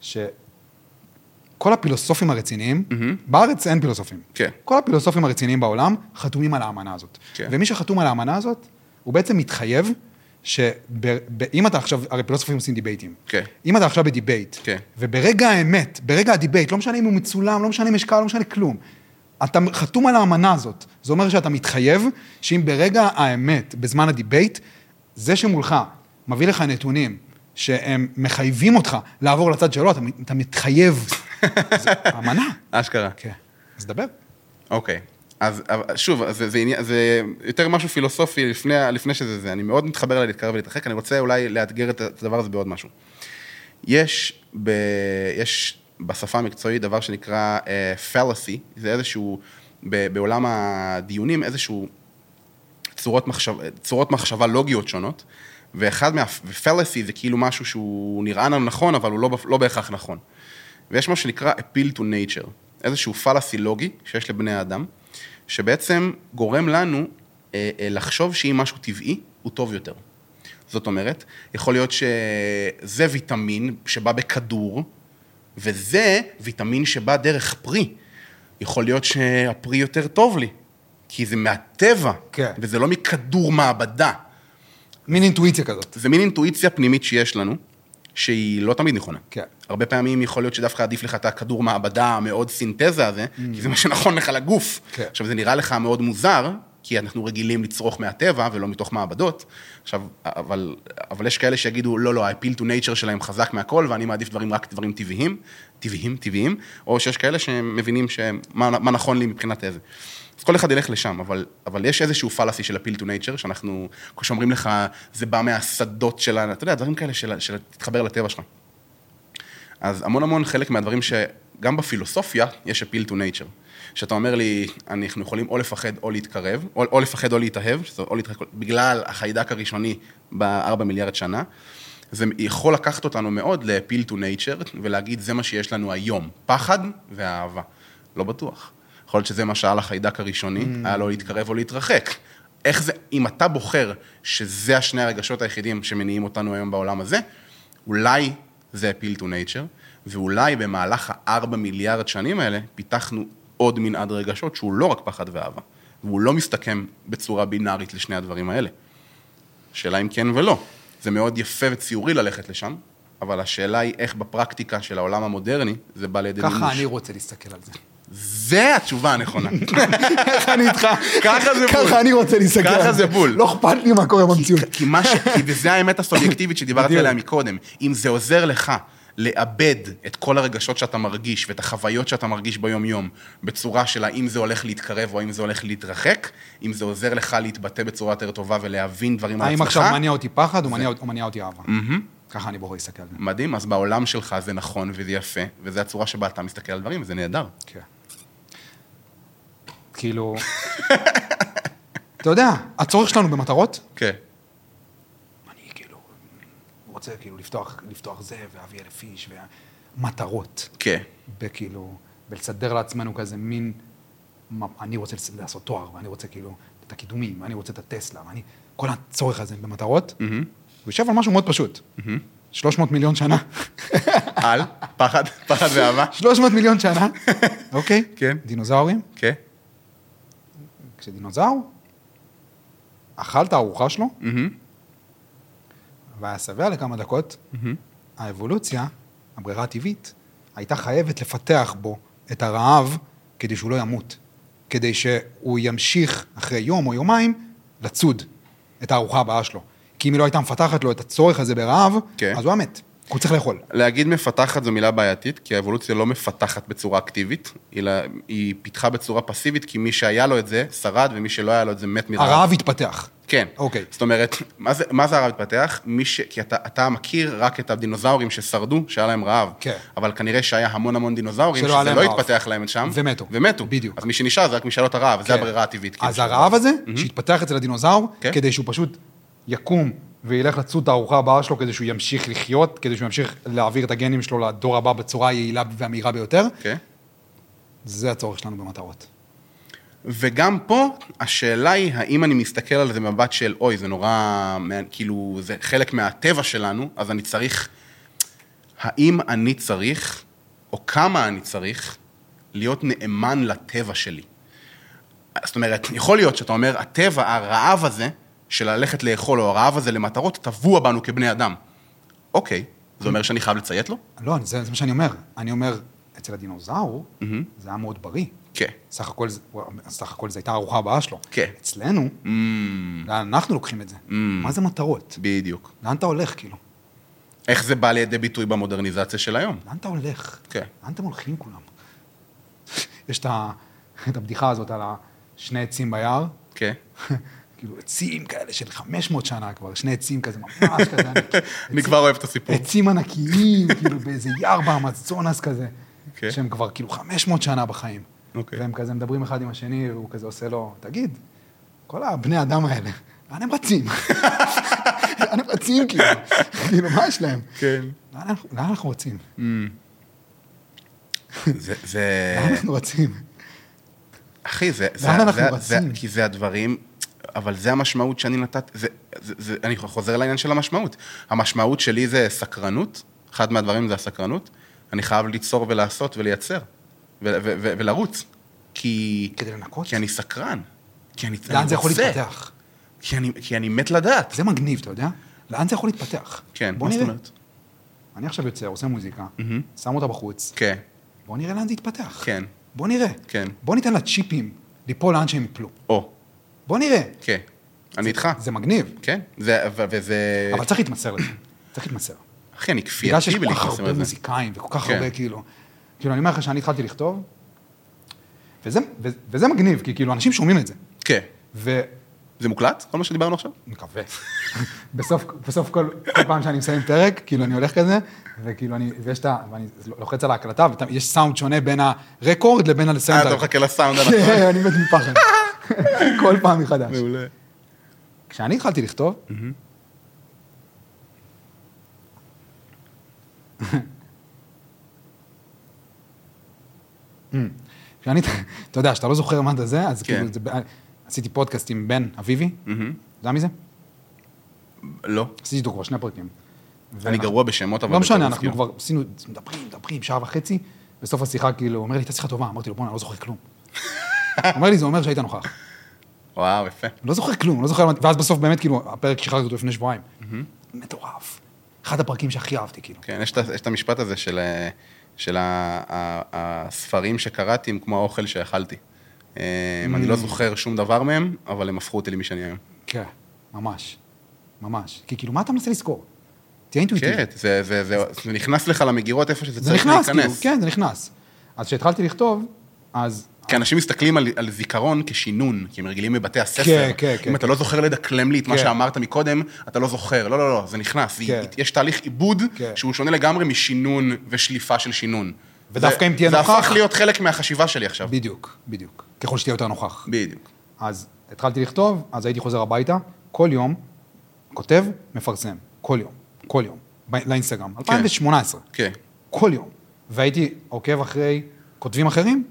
A: שכל הפילוסופים הרציניים, בארץ אין פילוסופים.
B: כן.
A: כל הפילוסופים הרציניים בעולם חתומים על האמנה הזאת.
B: כן.
A: ומי שחתום על האמנה הזאת, הוא בעצם מתחייב שאם אתה עכשיו, הרי פילוסופים עושים דיבייטים.
B: כן.
A: אם אתה עכשיו בדיבייט,
B: כן.
A: וברגע האמת, ברגע הדיבייט, לא משנה אם הוא מצולם, לא משנה אם יש קהל, לא משנה כלום. אתה חתום על האמנה הזאת. זה אומר שאתה מתחייב שאם ברגע האמת, בזמן הדיבייט, זה שמולך מביא לך נתונים שהם מחייבים אותך לעבור לצד שלו, אתה, אתה מתחייב. זה אמנה.
B: אשכרה.
A: כן. אז דבר.
B: אוקיי. אז אבל- שוב, אז זה, זה, עניין, זה יותר משהו פילוסופי לפני, לפני שזה זה. אני מאוד מתחבר ללהתקרב ולהתרחק, אני רוצה אולי לאתגר את הדבר הזה בעוד משהו. יש, ב, יש בשפה המקצועית דבר שנקרא uh, fallacy, זה איזשהו, ב, בעולם הדיונים, איזשהו צורות, מחשב, צורות מחשבה לוגיות שונות, ואחד מה... ופלסי זה כאילו משהו שהוא נראה לנו נכון, אבל הוא לא, בפ- לא בהכרח נכון. ויש מה שנקרא appeal to nature, איזשהו פלסי לוגי שיש לבני האדם, שבעצם גורם לנו אה, אה, לחשוב שאם משהו טבעי, הוא טוב יותר. זאת אומרת, יכול להיות שזה ויטמין שבא בכדור, וזה ויטמין שבא דרך פרי. יכול להיות שהפרי יותר טוב לי, כי זה מהטבע,
A: כן.
B: וזה לא מכדור מעבדה.
A: מין אינטואיציה כזאת.
B: זה מין אינטואיציה פנימית שיש לנו, שהיא לא תמיד נכונה.
A: כן.
B: הרבה פעמים יכול להיות שדווקא עדיף לך את הכדור מעבדה המאוד סינתזה הזה, כי זה מה שנכון לך לגוף.
A: כן.
B: עכשיו, זה נראה לך מאוד מוזר, כי אנחנו רגילים לצרוך מהטבע ולא מתוך מעבדות. עכשיו, אבל, אבל יש כאלה שיגידו, לא, לא, ה-appeal to nature שלהם חזק מהכל, ואני מעדיף דברים, רק דברים טבעיים, טבעיים, טבעיים, או שיש כאלה שמבינים שמה, מה נכון לי מבחינת איזה. אז כל אחד ילך לשם, אבל, אבל יש איזשהו פלאסי של appeal to nature, שאנחנו, כמו שאומרים לך, זה בא מהשדות שלנו, אתה יודע, דברים כאלה של, של תתחבר לטבע שלך. אז המון המון חלק מהדברים שגם בפילוסופיה יש appeal to nature. שאתה אומר לי, אנחנו יכולים או לפחד או להתקרב, או, או לפחד או להתאהב, שזה או להתרחק, בגלל החיידק הראשוני בארבע מיליארד שנה, זה יכול לקחת אותנו מאוד ל-appeal to nature ולהגיד, זה מה שיש לנו היום, פחד ואהבה. לא בטוח. יכול להיות שזה מה שהיה לחיידק הראשוני, היה לו להתקרב או להתרחק. איך זה, אם אתה בוחר שזה השני הרגשות היחידים שמניעים אותנו היום בעולם הזה, אולי זה appeal to nature, ואולי במהלך הארבע מיליארד שנים האלה, פיתחנו עוד מנעד רגשות שהוא לא רק פחד ואהבה, והוא לא מסתכם בצורה בינארית לשני הדברים האלה. השאלה אם כן ולא. זה מאוד יפה וציורי ללכת לשם, אבל השאלה היא איך בפרקטיקה של העולם המודרני זה בא לידי
A: ככה אני רוצה להסתכל על זה.
B: זה התשובה הנכונה.
A: ככה אני איתך.
B: ככה זה בול.
A: ככה אני רוצה להסתכל על זה.
B: ככה זה בול.
A: לא אכפת לי מה קורה במציאות.
B: כי מה ש... כי וזה האמת הסובייקטיבית שדיברתי
A: בדיוק.
B: עליה מקודם. אם זה עוזר לך לאבד את כל הרגשות שאתה מרגיש ואת החוויות שאתה מרגיש ביום-יום, בצורה של האם זה הולך להתקרב או האם זה הולך להתרחק, אם זה עוזר לך להתבטא בצורה יותר טובה ולהבין דברים על עצמך...
A: האם עכשיו מניע אותי פחד או מניע אות- או מניע אותי אהבה? ככה אני בוחר להסתכל על זה.
B: מדהים, אז בעולם שלך זה נכון וזה יפה, וזו הצורה שבה אתה מסתכל על דברים, וזה נהדר.
A: כן. כאילו... אתה יודע, הצורך שלנו במטרות,
B: כן.
A: אני כאילו רוצה כאילו לפתוח, לפתוח זה, ואבי אלף איש, ומטרות.
B: כן.
A: בכאילו, בלסדר לעצמנו כזה מין, מה- אני רוצה לס- לעשות תואר, ואני רוצה כאילו את הקידומים, ואני רוצה את הטסלה, ואני... כל הצורך הזה במטרות, הוא יושב על משהו מאוד פשוט. 300 מיליון שנה.
B: על? פחד? פחד ואהבה?
A: 300 מיליון שנה, אוקיי?
B: כן.
A: דינוזאורים.
B: כן.
A: כשדינוזאור אכל את הארוחה שלו,
B: מהמם.
A: והיה שבע לכמה דקות, האבולוציה, הברירה הטבעית, הייתה חייבת לפתח בו את הרעב כדי שהוא לא ימות, כדי שהוא ימשיך אחרי יום או יומיים לצוד את הארוחה הבאה שלו. כי אם היא לא הייתה מפתחת לו את הצורך הזה ברעב,
B: כן.
A: אז הוא היה מת, הוא צריך לאכול.
B: להגיד מפתחת זו מילה בעייתית, כי האבולוציה לא מפתחת בצורה אקטיבית, אלא היא פיתחה בצורה פסיבית, כי מי שהיה לו את זה, שרד, ומי שלא היה לו את זה, מת מרעב.
A: הרעב התפתח.
B: כן.
A: אוקיי.
B: זאת אומרת, מה זה, מה זה הרעב התפתח? מי ש... כי אתה, אתה מכיר רק את הדינוזאורים ששרדו, שהיה להם רעב.
A: כן.
B: אבל כנראה שהיה המון המון דינוזאורים,
A: שלא
B: שזה
A: היה להם
B: לא
A: רעב.
B: התפתח להם שם.
A: ומתו.
B: ומתו.
A: בדיוק.
B: אז מי שנשאר זה רק מי שהיה לו את הרעב, זה
A: כן.
B: הברירה הטבעית. כאילו,
A: אז
B: של-
A: הרעב הזה, שהתפתח אצל הדינוזאור,
B: כן.
A: כדי שהוא פשוט יקום וילך לצוד את הארוחה הבאה שלו, כדי שהוא ימשיך לחיות, כדי שהוא ימשיך להעביר את הגנים שלו לדור הבא בצורה היעילה והמהירה ביותר,
B: כן.
A: זה הצורך שלנו במטרות.
B: וגם פה, השאלה היא, האם אני מסתכל על זה במבט של, אוי, זה נורא, מעניין", כאילו, זה חלק מהטבע שלנו, אז אני צריך, האם אני צריך, או כמה אני צריך, להיות נאמן לטבע שלי. זאת אומרת, יכול להיות שאתה אומר, הטבע, הרעב הזה, של ללכת לאכול, או הרעב הזה למטרות, טבוע בנו כבני אדם. אוקיי, זה אומר שאני חייב לציית לו?
A: לא, זה, זה מה שאני אומר. אני אומר, אצל הדינוזאור, זה היה מאוד בריא.
B: כן.
A: סך הכל, זה- הוא- סך הכל זו הייתה הארוחה הבאה שלו.
B: כן.
A: אצלנו,
B: אמ,
A: לאן אנחנו לוקחים את זה. מה זה מטרות?
B: בדיוק.
A: לאן אתה הולך, כאילו?
B: איך זה בא לידי ביטוי במודרניזציה של היום?
A: לאן אתה הולך?
B: כן.
A: לאן אתם הולכים כולם? יש את ה- את הבדיחה הזאת על השני עצים ביער,
B: כן.
A: כאילו עצים כאלה של 500 שנה כבר, שני עצים כזה ממש כזה, ענק-
B: אני כבר אוהב את הסיפור.
A: עצים ענקיים, כאילו באיזה יער באמזונס כזה,
B: כן.
A: שהם כבר כאילו 500 שנה בחיים.
B: אוקיי.
A: והם כזה מדברים אחד עם השני, והוא כזה עושה לו, תגיד, כל הבני אדם האלה, לאן הם רצים? לאן הם רצים כאילו? כאילו, מה יש להם?
B: כן.
A: לאן אנחנו- לאן אנחנו רצים?
B: זה, זה,
A: לאן אנחנו רצים?
B: אחי, זה, זה,
A: לאן אנחנו
B: זה, זה,
A: רצים?
B: כי זה הדברים, אבל זה המשמעות שאני נתת, זה, זה, זה, אני חוזר לעניין של המשמעות. המשמעות שלי זה סקרנות, אחד מהדברים זה הסקרנות, אני חייב ליצור ולעשות ולייצר, ו, ו, ו, ו, ולרוץ, כי,
A: כדי לנקות?
B: כי אני סקרן, כי אני,
A: לאן
B: אני
A: זה יכול
B: רוצה,
A: להתפתח?
B: כי אני, כי אני מת לדעת.
A: זה מגניב, אתה יודע? לאן זה יכול להתפתח?
B: כן,
A: בוא
B: מה זאת
A: נראה.
B: אומרת?
A: אני עכשיו יוצר, עושה מוזיקה,
B: מהמם.
A: שם אותה בחוץ,
B: כן,
A: בוא נראה לאן זה יתפתח.
B: כן.
A: בוא נראה.
B: כן.
A: בוא ניתן לצ'יפים ליפול לאן שהם יפלו.
B: או,
A: בוא נראה.
B: כן. אני איתך. אה.
A: זה מגניב,
B: כן. זה, ו- וזה...
A: אבל צריך להתמסר לזה. צריך להתמסר.
B: אחי, אני
A: בגלל שיש
B: כפייתי
A: כל כך
B: בלהתפרסם
A: הרבה
B: על זה.
A: מוזיקאים, וכל כך
B: כן.
A: הרבה, כאילו... כאילו, אני אומר לך שאני התחלתי לכתוב, וזה, ו- וזה מגניב, כי כאילו, אנשים שומעים את זה.
B: כן.
A: ואני
B: זה מוקלט? כל מה שדיברנו עכשיו?
A: מקווה. בסוף, בסוף כל, כל פעם שאני מסיים פרק, כאילו, אני הולך כזה, וכאילו, אני, ויש את ה... ואני לוחץ על ההקלטה, ויש סאונד שונה בין הרקורד לבין
B: אה,
A: הלסיים.
B: אתה מחכה לסאונד הנכון.
A: כן, אני מת מפחד. כל פעם מחדש.
B: מעולה.
A: כשאני התחלתי לכתוב, אמ, כשאני, אתה יודע, כשאתה לא זוכר מה אתה זה, אז
B: כן.
A: כאילו, זה ב- עשיתי פודקאסט עם בן אביבי, אתה
B: מהמם.
A: יודע מי זה?
B: לא.
A: עשיתי איתו כבר שני פרקים.
B: אני
A: ואנחנו-
B: גרוע בשמות, אבל...
A: לא משנה,
B: בטירוף,
A: אנחנו
B: כאילו.
A: כבר עשינו, מדברים, מדברים, שעה וחצי, בסוף השיחה, כאילו, הוא אומר לי, הייתה שיחה טובה, אמרתי לו, בוא'נה, אני לא זוכר כלום. הוא אומר לי, זה אומר שהיית נוכח.
B: וואו, יפה.
A: אני לא זוכר כלום, אני לא זוכר, על מה- ואז בסוף באמת, כאילו, הפרק שחררתי אותו לפני שבועיים. מטורף. אחד הפרקים שהכי אהבתי, כאילו.
B: כן, יש את ה- יש את המשפט הזה של, אה, של ה- ה- הספרים שקראתי הם כמו האוכל שאכלתי. אה, אני
A: Mm.
B: לא זוכר שום דבר מהם, אבל הם הפכו אותי למי שאני היום.
A: כן, ממש. ממש. כי כאילו, מה אתה מנסה לזכור? תהיה אינטואיטיבי.
B: כן, זה, זה, זה, זה נכנס לך למגירות איפה שזה
A: אוקיי. זה
B: צריך
A: נכנס,
B: להיכנס.
A: כאילו, כן, זה נכנס. אז כשהתחלתי לכתוב, אז...
B: כי אנשים מסתכלים על, על זיכרון כשינון, כי הם רגילים בבתי הספר.
A: כן, כן, כן.
B: אם אתה לא זוכר לדקלם לי את מה
A: כן.
B: שאמרת מקודם, אתה לא זוכר. לא, לא, לא, זה נכנס. זה-
A: כן.
B: יש תהליך עיבוד
A: כן.
B: שהוא שונה לגמרי משינון ושליפה של שינון.
A: ודווקא
B: זה-
A: אם תהיה
B: זה
A: נוכח-
B: הפך להיות חלק מהחשיבה שלי עכשיו.
A: בדיוק, בדיוק. ככל שתהיה יותר נוכח.
B: בדיוק.
A: אז התחלתי לכתוב, אז הייתי חוזר הביתה, כל יום, כותב, מפרסם. כל יום, כל יום. ב- לאינסטגרם. 2018.
B: כן.
A: כל יום. והייתי עוקב אחרי כותבים אחרים,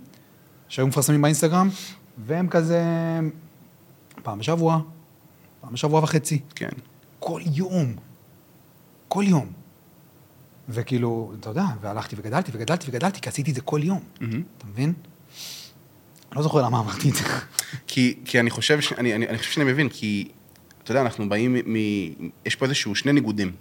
A: שהיו מפרסמים באינסטגרם, והם כזה פעם בשבוע, פעם בשבוע וחצי.
B: כן.
A: כל יום. כל יום. וכאילו, אתה יודע, והלכתי וגדלתי וגדלתי וגדלתי, כי עשיתי את זה כל יום. אתה מבין? לא זוכר למה אמרתי את זה.
B: כי, כי אני חושב, ש, אני, אני, אני חושב שאני מבין, כי, אתה יודע, אנחנו באים מ... מ- יש פה איזשהו שני ניגודים.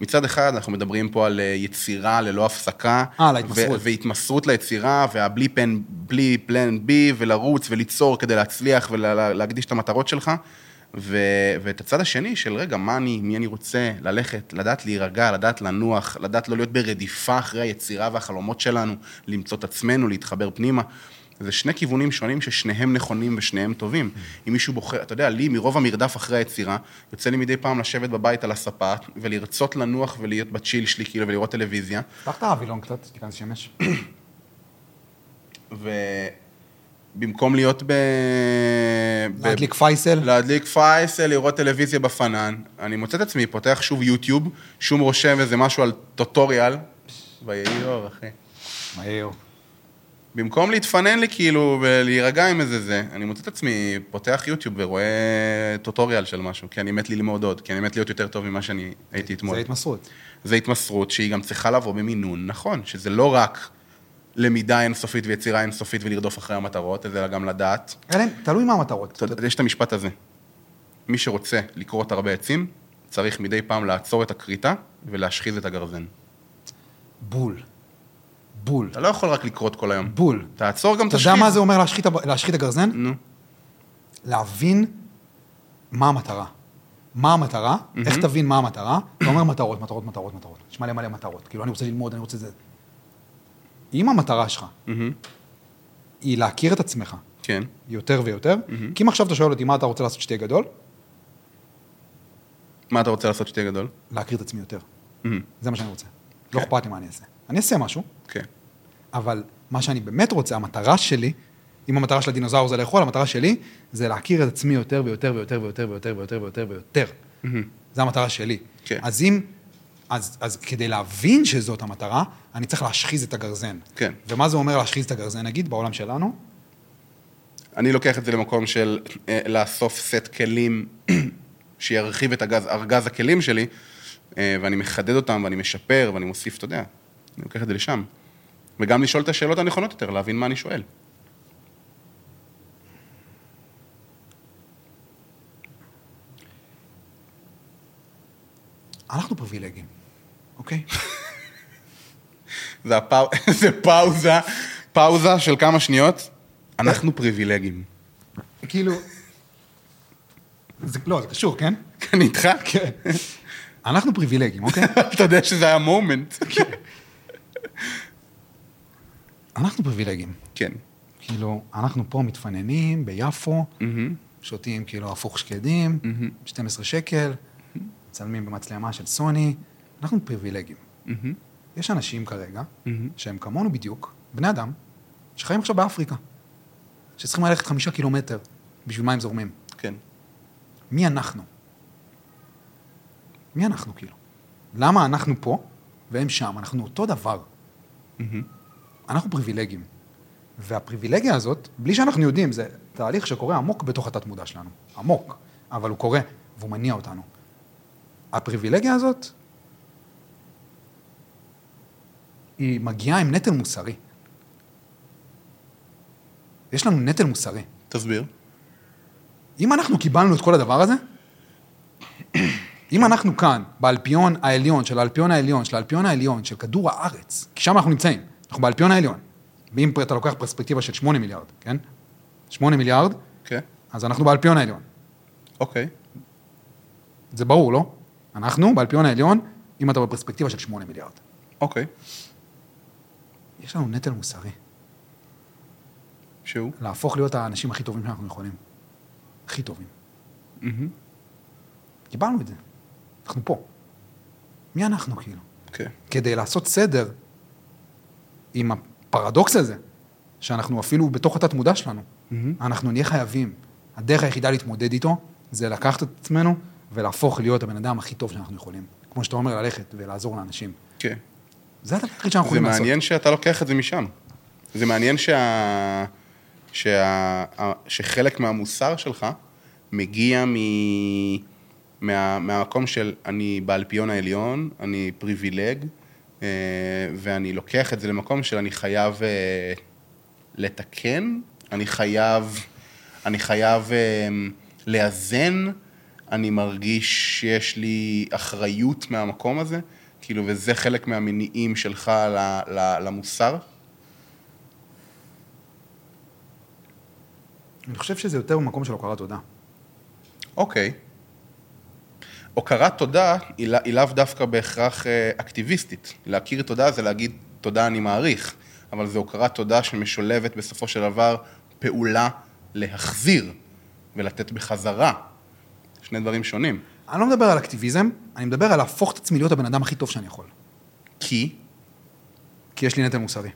B: מצד אחד, אנחנו מדברים פה על אה, יצירה ללא הפסקה.
A: אה, על ההתמסרות.
B: ו- והתמסרות ליצירה, והבלי פן, בלי פלן בי, ולרוץ וליצור כדי להצליח ולהקדיש את המטרות שלך. ו, ואת הצד השני של, רגע, מה אני, מי אני רוצה, ללכת, לדעת להירגע, לדעת לנוח, לדעת לא להיות ברדיפה אחרי היצירה והחלומות שלנו, למצוא את עצמנו, להתחבר פנימה. זה שני כיוונים שונים ששניהם נכונים ושניהם טובים. אם מישהו בוחר, אתה יודע, לי, מרוב המרדף אחרי היצירה, יוצא לי מדי פעם לשבת בבית על הספה ולרצות לנוח ולהיות בצ'יל שלי, כאילו, ולראות טלוויזיה.
A: פתח את האווילון קצת, שתיכנס שמש.
B: ובמקום להיות ב... ב-
A: להדליק פייסל.
B: להדליק פייסל, לראות טלוויזיה בפנן. אני מוצא את עצמי, פותח שוב יוטיוב, שום רושם איזה משהו על טוטוריאל. ויהי אור, אחי.
A: מהיר.
B: במקום להתפנן לי כאילו ולהירגע עם איזה זה, אני מוצא את עצמי פותח יוטיוב ורואה טוטוריאל של משהו, כי אני מת ללמוד עוד, כי אני מת להיות יותר טוב ממה שאני הייתי אתמול.
A: זה התמסרות.
B: זה התמסרות שהיא גם צריכה לבוא במינון נכון, שזה לא רק למידה אינסופית ויצירה אינסופית ולרדוף אחרי המטרות, אלא גם לדעת.
A: אלן, תלוי מה המטרות.
B: אתה יודע, יש את המשפט הזה, מי שרוצה לכרות הרבה עצים, צריך מדי פעם לעצור את הכריתה ולהשחיז את הגרזן.
A: בול. בול.
B: אתה לא יכול רק לכרות כל היום.
A: בול.
B: תעצור גם
A: אתה
B: תשחיז.
A: יודע מה זה אומר להשחית הב- להשחית הגרזן?
B: נו,
A: להבין מה המטרה. מה המטרה, איך תבין מה המטרה, אתה אומר מטרות, מטרות, מטרות, מטרות. יש מלא מלא מטרות. כאילו, אני רוצה ללמוד, אני רוצה זה. אם המטרה שלך
B: מהמם.
A: היא להכיר את עצמך
B: כן,
A: יותר ויותר, כי אם עכשיו אתה שואל אותי מה אתה רוצה לעשות שתהיה גדול,
B: מה אתה רוצה לעשות שתהיה גדול?
A: להכיר את עצמי יותר.
B: מהמם.
A: זה מה שאני רוצה. לא
B: כן.
A: אכפת לי מה אני אעשה. אני אעשה משהו,
B: כן,
A: אבל מה שאני באמת רוצה, המטרה שלי, אם המטרה של הדינוזאור זה לאכול, המטרה שלי זה להכיר את עצמי יותר ויותר ויותר ויותר ויותר ויותר ויותר ויותר. זו המטרה שלי.
B: כן.
A: אז אם, אז, אז כדי להבין שזאת המטרה, אני צריך להשחיז את הגרזן.
B: כן.
A: ומה זה אומר להשחיז את הגרזן, נגיד, בעולם שלנו?
B: אני לוקח את זה למקום של אה, לאסוף סט כלים שירחיב את אגז, ארגז הכלים שלי, אה, ואני מחדד אותם ואני משפר ואני מוסיף, אתה יודע, אני לוקח את זה לשם. וגם לשאול את השאלות הנכונות יותר, להבין מה אני שואל.
A: אנחנו פריבילגים, אוקיי?
B: זה הפאו- זה פאוזה, פאוזה של כמה שניות. אנחנו פריבילגים.
A: כאילו... זה, לא, זה קשור, כן?
B: אני איתך?
A: כן. אנחנו פריבילגים, אוקיי?
B: אתה יודע שזה היה מומנט.
A: אנחנו פריבילגים.
B: כן.
A: כאילו, אנחנו פה מתפננים ביפו, שותים כאילו הפוך שקדים, 12 שקל, מצלמים במצלמה של סוני, אנחנו פריבילגים. יש אנשים כרגע, שהם כמונו בדיוק, בני אדם, שחיים עכשיו באפריקה, שצריכים ללכת חמישה קילומטר בשביל מים זורמים.
B: כן.
A: מי אנחנו? מי אנחנו כאילו? למה אנחנו פה והם שם? אנחנו אותו דבר. אנחנו פריבילגים. והפריבילגיה הזאת, בלי שאנחנו יודעים, זה תהליך שקורה עמוק בתוך התת-מודע שלנו. עמוק. אבל הוא קורה, והוא מניע אותנו. הפריבילגיה הזאת, היא מגיעה עם נטל מוסרי. יש לנו נטל מוסרי.
B: תסביר.
A: אם אנחנו קיבלנו את כל הדבר הזה, אם אנחנו כאן, באלפיון העליון של האלפיון העליון של האלפיון העליון של כדור הארץ, כי שם אנחנו נמצאים, אנחנו באלפיון העליון. ואם אתה לוקח פרספקטיבה של 8 מיליארד, כן? 8 מיליארד,
B: כן.
A: אז אנחנו באלפיון העליון.
B: אוקיי.
A: זה ברור, לא? אנחנו באלפיון העליון, אם אתה בפרספקטיבה של 8 מיליארד.
B: אוקיי.
A: יש לנו נטל מוסרי,
B: שהוא.
A: להפוך להיות האנשים הכי טובים שאנחנו יכולים. הכי טובים.
B: מהמם.
A: קיבלנו את זה. אנחנו פה. מי אנחנו כאילו?
B: כן.
A: כדי לעשות סדר עם הפרדוקס הזה, שאנחנו אפילו בתוך התת-מודע שלנו,
B: Mm-hmm.
A: אנחנו נהיה חייבים. הדרך היחידה להתמודד איתו, זה לקחת את עצמנו ולהפוך להיות הבן אדם הכי טוב שאנחנו יכולים. כמו שאתה אומר, ללכת ולעזור לאנשים.
B: כן.
A: זה הדבר היחיד שאנחנו
B: זה
A: יכולים לעשות.
B: מעניין שאתה לוקח את זה משם. זה מעניין שה... שה... ה- שחלק מהמוסר שלך מגיע מ... מה... מהמקום של אני באלפיון העליון, אני פריבילג, אה, ואני לוקח את זה למקום של אני חייב אה, לתקן, אני חייב, אני חייב אה, לאזן, אני מרגיש שיש לי אחריות מהמקום הזה, כאילו, וזה חלק מהמניעים שלך ל, ל, למוסר.
A: אני חושב שזה יותר במקום של הוקרת תודה.
B: אוקיי. הוקרת תודה היא לא- היא לאו דווקא בהכרח אה, אקטיביסטית. להכיר תודה זה להגיד תודה אני מעריך, אבל זו הוקרת תודה שמשולבת בסופו של דבר פעולה להחזיר ולתת בחזרה. שני דברים שונים.
A: אני לא מדבר על אקטיביזם, אני מדבר על להפוך את עצמי להיות הבן אדם הכי טוב שאני יכול.
B: כי,
A: כי יש לי נטל מוסרי.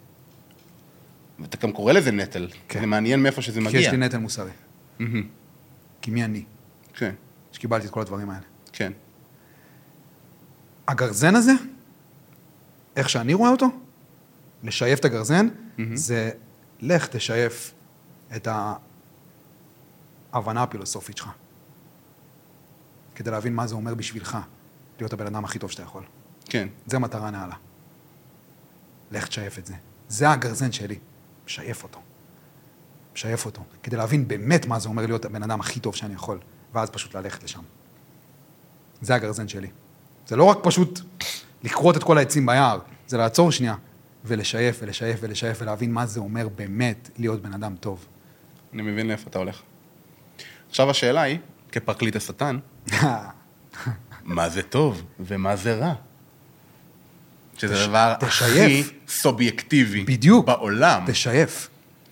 B: ואתה גם קורא לזה נטל,
A: כן.
B: זה מעניין מאיפה שזה
A: כי
B: מגיע. Mm-hmm.
A: יש לי נטל מוסרי.
B: מהמם.
A: כי מי אני,
B: כן,
A: שקיבלתי את כל הדברים האלה.
B: כן.
A: הגרזן הזה, איך שאני רואה אותו, לשייף את הגרזן, זה לך תשייף את ההבנה הפילוסופית שלך, כדי להבין מה זה אומר בשבילך להיות הבן אדם הכי טוב שאתה יכול.
B: כן,
A: זה המטרה הנעלה. לך תשייף את זה. זה הגרזן שלי. משייף אותו. משייף אותו. כדי להבין באמת מה זה אומר להיות הבן אדם הכי טוב שאני יכול, ואז פשוט ללכת לשם. זה הגרזן שלי. זה לא רק פשוט לכרות את כל העצים ביער, זה לעצור שנייה ולשייף ולשייף ולשייף ולהבין מה זה אומר באמת להיות בן אדם טוב.
B: אני מבין לאיפה אתה הולך. עכשיו השאלה היא, כפרקליט השטן, מה זה טוב ומה זה רע. שזה
A: תש-
B: הדבר הכי
A: תשייף.
B: סובייקטיבי
A: בדיוק.
B: בעולם.
A: תשייף.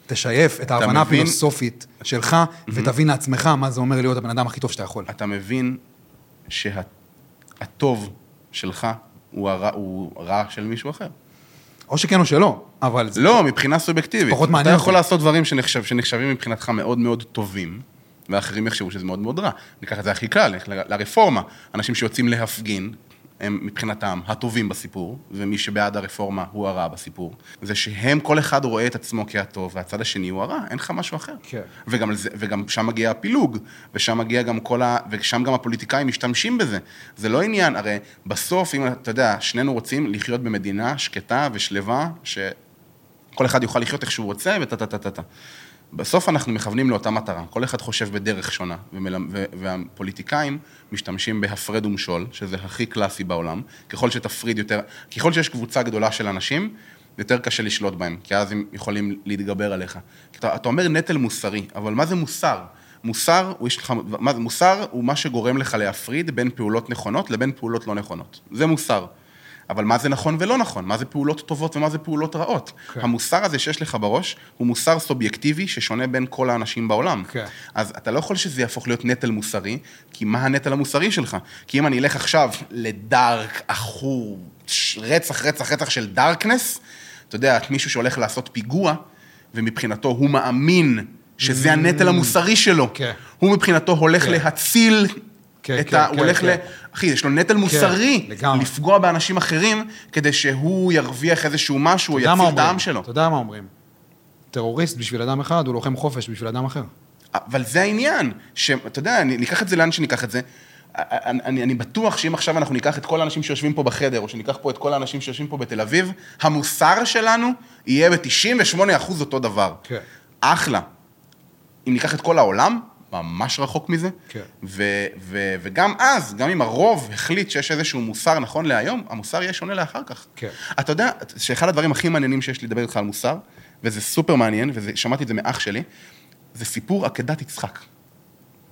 A: תשייף את ההבנה
B: מבין?
A: הפילוסופית שלך, ותבין לעצמך מה זה אומר להיות הבן אדם הכי טוב שאתה יכול.
B: אתה מבין שהטוב שלך הוא הרע, הוא רע של מישהו אחר.
A: או שכן או שלא, אבל זה...
B: לא, מבחינה סובייקטיבית.
A: פחות מעניין
B: אתה יכול
A: אותי.
B: לעשות דברים שנחשב, שנחשבים מבחינתך מאוד מאוד טובים, ואחרים יחשבו שזה מאוד מאוד רע. ניקח את זה הכי קל, נלך ל- לרפורמה. אנשים שיוצאים להפגין, הם מבחינתם הטובים בסיפור, ומי שבעד הרפורמה הוא הרע בסיפור. זה שהם, כל אחד רואה את עצמו כהטוב, והצד השני הוא הרע, אין לך משהו אחר.
A: כן.
B: וגם, זה- וגם שם מגיע הפילוג, ושם מגיע גם כל ה... ושם גם הפוליטיקאים משתמשים בזה. זה לא עניין, הרי בסוף, אם אתה יודע, שנינו רוצים לחיות במדינה שקטה ושלווה, ש... כל אחד יוכל לחיות איך שהוא רוצה, וטה טה טה טה טה. בסוף אנחנו מכוונים לאותה מטרה, כל אחד חושב בדרך שונה, ומלמ... ו... והפוליטיקאים משתמשים בהפרד ומשול, שזה הכי קלאסי בעולם, ככל שתפריד יותר, ככל שיש קבוצה גדולה של אנשים, יותר קשה לשלוט בהם, כי אז הם יכולים להתגבר עליך. כי אתה, אתה אומר נטל מוסרי, אבל מה זה מוסר? מוסר הוא, יש לך, מה, זה- מוסר הוא מה שגורם לך להפריד בין פעולות נכונות לבין פעולות לא נכונות. זה מוסר. אבל מה זה נכון ולא נכון? מה זה פעולות טובות ומה זה פעולות רעות?
A: כן.
B: כן. המוסר הזה שיש לך בראש הוא מוסר סובייקטיבי ששונה בין כל האנשים בעולם.
A: כן.
B: אז אתה לא יכול שזה יהפוך להיות נטל מוסרי, כי מה הנטל המוסרי שלך? כי אם אני אלך עכשיו לדארק, עכור, ש- רצח, רצח, רצח של דארקנס, אתה יודע, מישהו שהולך לעשות פיגוע, ומבחינתו הוא מאמין שזה הנטל המוסרי שלו.
A: Mm. כן.
B: הוא מבחינתו הולך
A: כן.
B: להציל
A: כן,
B: את
A: כן,
B: ה... הוא
A: כן,
B: הולך ל...
A: כן.
B: אחי, יש לו נטל מוסרי
A: לגמרי.
B: לפגוע באנשים אחרים, כדי שהוא ירוויח איזשהו משהו, או
A: אתה יודע
B: יציל
A: מה
B: את
A: אומרים?
B: העם שלו.
A: אתה יודע מה אומרים? טרוריסט בשביל אדם אחד, הוא לוחם חופש בשביל אדם אחר.
B: אבל זה העניין, שאתה יודע, אני- ניקח את זה לאן שניקח את זה. אני, אני, אני בטוח שאם עכשיו אנחנו ניקח את כל האנשים שיושבים פה בחדר, או שניקח פה את כל האנשים שיושבים פה בתל אביב, המוסר שלנו יהיה ב-98% אותו דבר.
A: כן.
B: אחלה. אם ניקח את כל העולם, ממש רחוק מזה.
A: כן.
B: ו- ו- וגם אז, גם אם הרוב החליט שיש איזשהו מוסר נכון להיום, המוסר יהיה שונה לאחר כך.
A: כן.
B: אתה יודע שאחד הדברים הכי מעניינים שיש לי לדבר איתך על מוסר, וזה סופר מעניין, ושמעתי את זה מאח שלי, זה סיפור עקדת יצחק.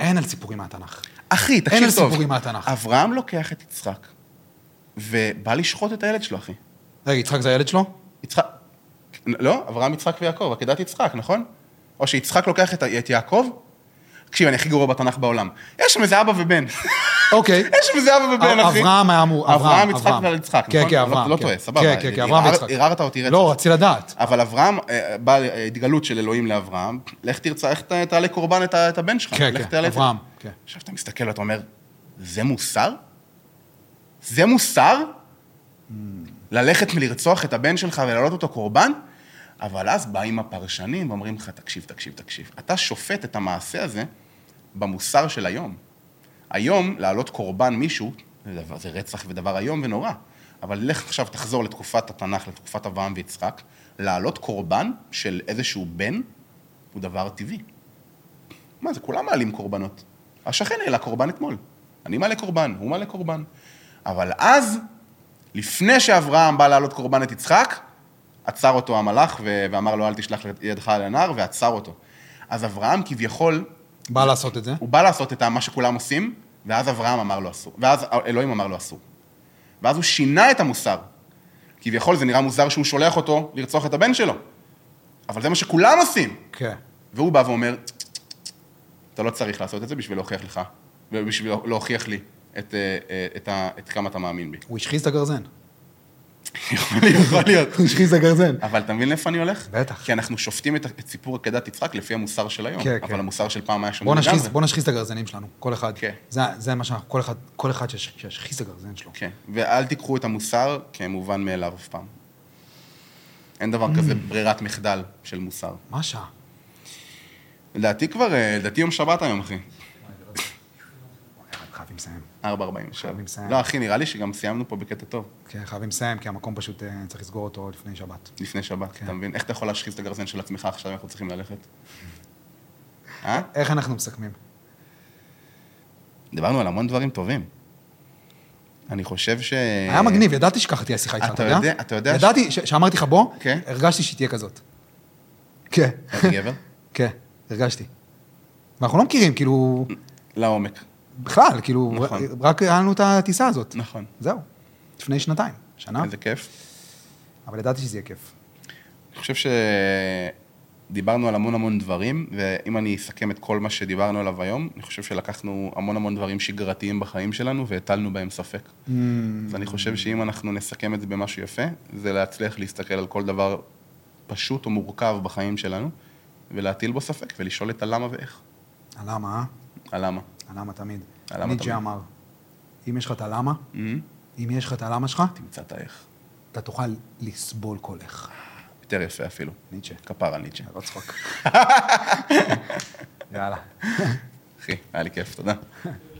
A: אין על סיפורים מהתנ"ך.
B: אחי, תקשיב טוב.
A: על סיפורים מהתנ"ך.
B: אברהם לוקח את יצחק, ובא לשחוט את הילד שלו, אחי.
A: רגע, יצחק זה הילד שלו?
B: יצחק... לא, אברהם, יצחק ויעקב, עקדת יצחק, נכון? או שיצחק לוקח את, את יעקב? תקשיב, אני הכי גרוע בתנ"ך בעולם. יש שם איזה אבא ובן.
A: אוקיי.
B: יש שם איזה אבא ובן, אחי.
A: אברהם היה אמור, אברהם,
B: אברהם, יצחק ויצחק, נכון?
A: כן, כן,
B: לא-
A: אברהם.
B: לא
A: כן.
B: טועה, סבבה.
A: כן, כן, כן, אברהם
B: ערער-
A: ויצחק.
B: ערערת אותי רצח.
A: לא, רציתי לדעת.
B: אבל אברהם, אה, באה אה, התגלות של אלוהים לאברהם, לך תרצה, איך ת- תעלה קורבן את ה- את הבן שלך.
A: כן,
B: אה, לך
A: כן,
B: תעלה את-
A: אברהם, כן.
B: עכשיו אתה מסתכל ואתה אומר, זה מוסר? זה מוסר? ללכת מלרצוח את הבן שלך ולהעלות אותו קורבן? אבל אז באים הפרשנים ואומרים לך, תקשיב, תקשיב, תקשיב. אתה שופט את המעשה הזה במוסר של היום. היום, להעלות קורבן מישהו, זה, דבר, זה רצח ודבר איום ונורא. אבל לך עכשיו, תחזור לתקופת התנ"ך, לתקופת אברהם ויצחק, להעלות קורבן של איזשהו בן, הוא דבר טבעי. מה זה, כולם מעלים קורבנות. השכן העלה קורבן אתמול. אני מעלה קורבן, הוא מעלה קורבן. אבל אז, לפני שאברהם בא להעלות קורבן את יצחק, עצר אותו המלאך ו- ואמר לו, אל תשלח את ידך על הנער, ועצר אותו. אז אברהם כביכול
A: בא לעשות את זה.
B: הוא בא לעשות את מה שכולם עושים, ואז אברהם אמר לו אסור, ואז אלוהים אמר לו אסור. ואז הוא שינה את המוסר. כביכול זה נראה מוזר שהוא שולח אותו לרצוח את הבן שלו. אבל זה מה שכולם עושים.
A: כן.
B: והוא בא ואומר, אתה לא צריך לעשות את זה בשביל להוכיח לך, ובשביל להוכיח לי את, אה, אה, את, ה- את כמה אתה מאמין בי.
A: הוא השחיז את הגרזן.
B: יכול להיות, יכול להיות.
A: הוא השחיז את הגרזן.
B: אבל אתה מבין לאיפה אני הולך?
A: בטח.
B: כי אנחנו שופטים את, את סיפור עקדת יצחק לפי המוסר של היום.
A: כן,
B: אבל
A: כן.
B: המוסר של פעם היה שונה
A: בוא
B: לגמרי.
A: נשחיז, בוא נשחיז את הגרזנים שלנו, כל אחד.
B: כן.
A: זה, זה מה שאנחנו, כל אחד, כל אחד שיש- שישחיז את הגרזן שלו.
B: כן, ואל תיקחו את המוסר כמובן מאליו אף פעם. אין דבר כזה
A: Mm.
B: ברירת מחדל של מוסר.
A: מה השעה?
B: לדעתי כבר, אה, לדעתי יום שבת היום, אחי.
A: חייבים לסיים.
B: 4.47.
A: מסיים.
B: לא, אחי, נראה לי שגם סיימנו פה בקטע טוב,
A: כן, חייבים לסיים, כי המקום פשוט אה, צריך לסגור אותו לפני שבת.
B: לפני שבת,
A: כן.
B: אתה מבין? איך אתה יכול להשחיז את הגרזן של עצמך עכשיו, אנחנו צריכים ללכת? אה?
A: איך אנחנו מסכמים?
B: דיברנו על המון דברים טובים. אני חושב ש...
A: היה מגניב, ידעתי שככה תהיה שיחה איתך,
B: אתה
A: אתה יודע?
B: יודע- אתה יודע ש-
A: ידעתי, ש- שאמרתי לך בוא,
B: כן.
A: הרגשתי שהיא תהיה כזאת. כן,
B: אתה גבר?
A: כן, הרגשתי. ואנחנו לא מכירים, כאילו,
B: לעומק.
A: בכלל, כאילו,
B: נכון.
A: ר- רק היה לנו את הטיסה הזאת.
B: נכון.
A: זהו, לפני שנתיים, שנה,
B: איזה כיף.
A: אבל ידעתי שזה יהיה כיף.
B: אני חושב שדיברנו על המון המון דברים, ואם אני אסכם את כל מה שדיברנו עליו היום, אני חושב שלקחנו המון המון דברים שגרתיים בחיים שלנו והטלנו בהם ספק. אז אני חושב שאם אנחנו נסכם את זה במשהו יפה, זה להצליח להסתכל על כל דבר פשוט או מורכב בחיים שלנו, ולהטיל בו ספק ולשאול את הלמה ואיך.
A: הלמה, אה?
B: הלמה.
A: הלמה תמיד.
B: הלמה
A: ניטשה
B: תמיד.
A: אמר, אם יש לך את הלמה,
B: אמ,
A: אם יש לך את הלמה שלך,
B: תמצא את האיך.
A: אתה תוכל לסבול כל איך.
B: יותר יפה אפילו.
A: ניטשה.
B: כפר על ניטשה.
A: לא צחוק. יאללה.
B: אחי, היה לי כיף, תודה.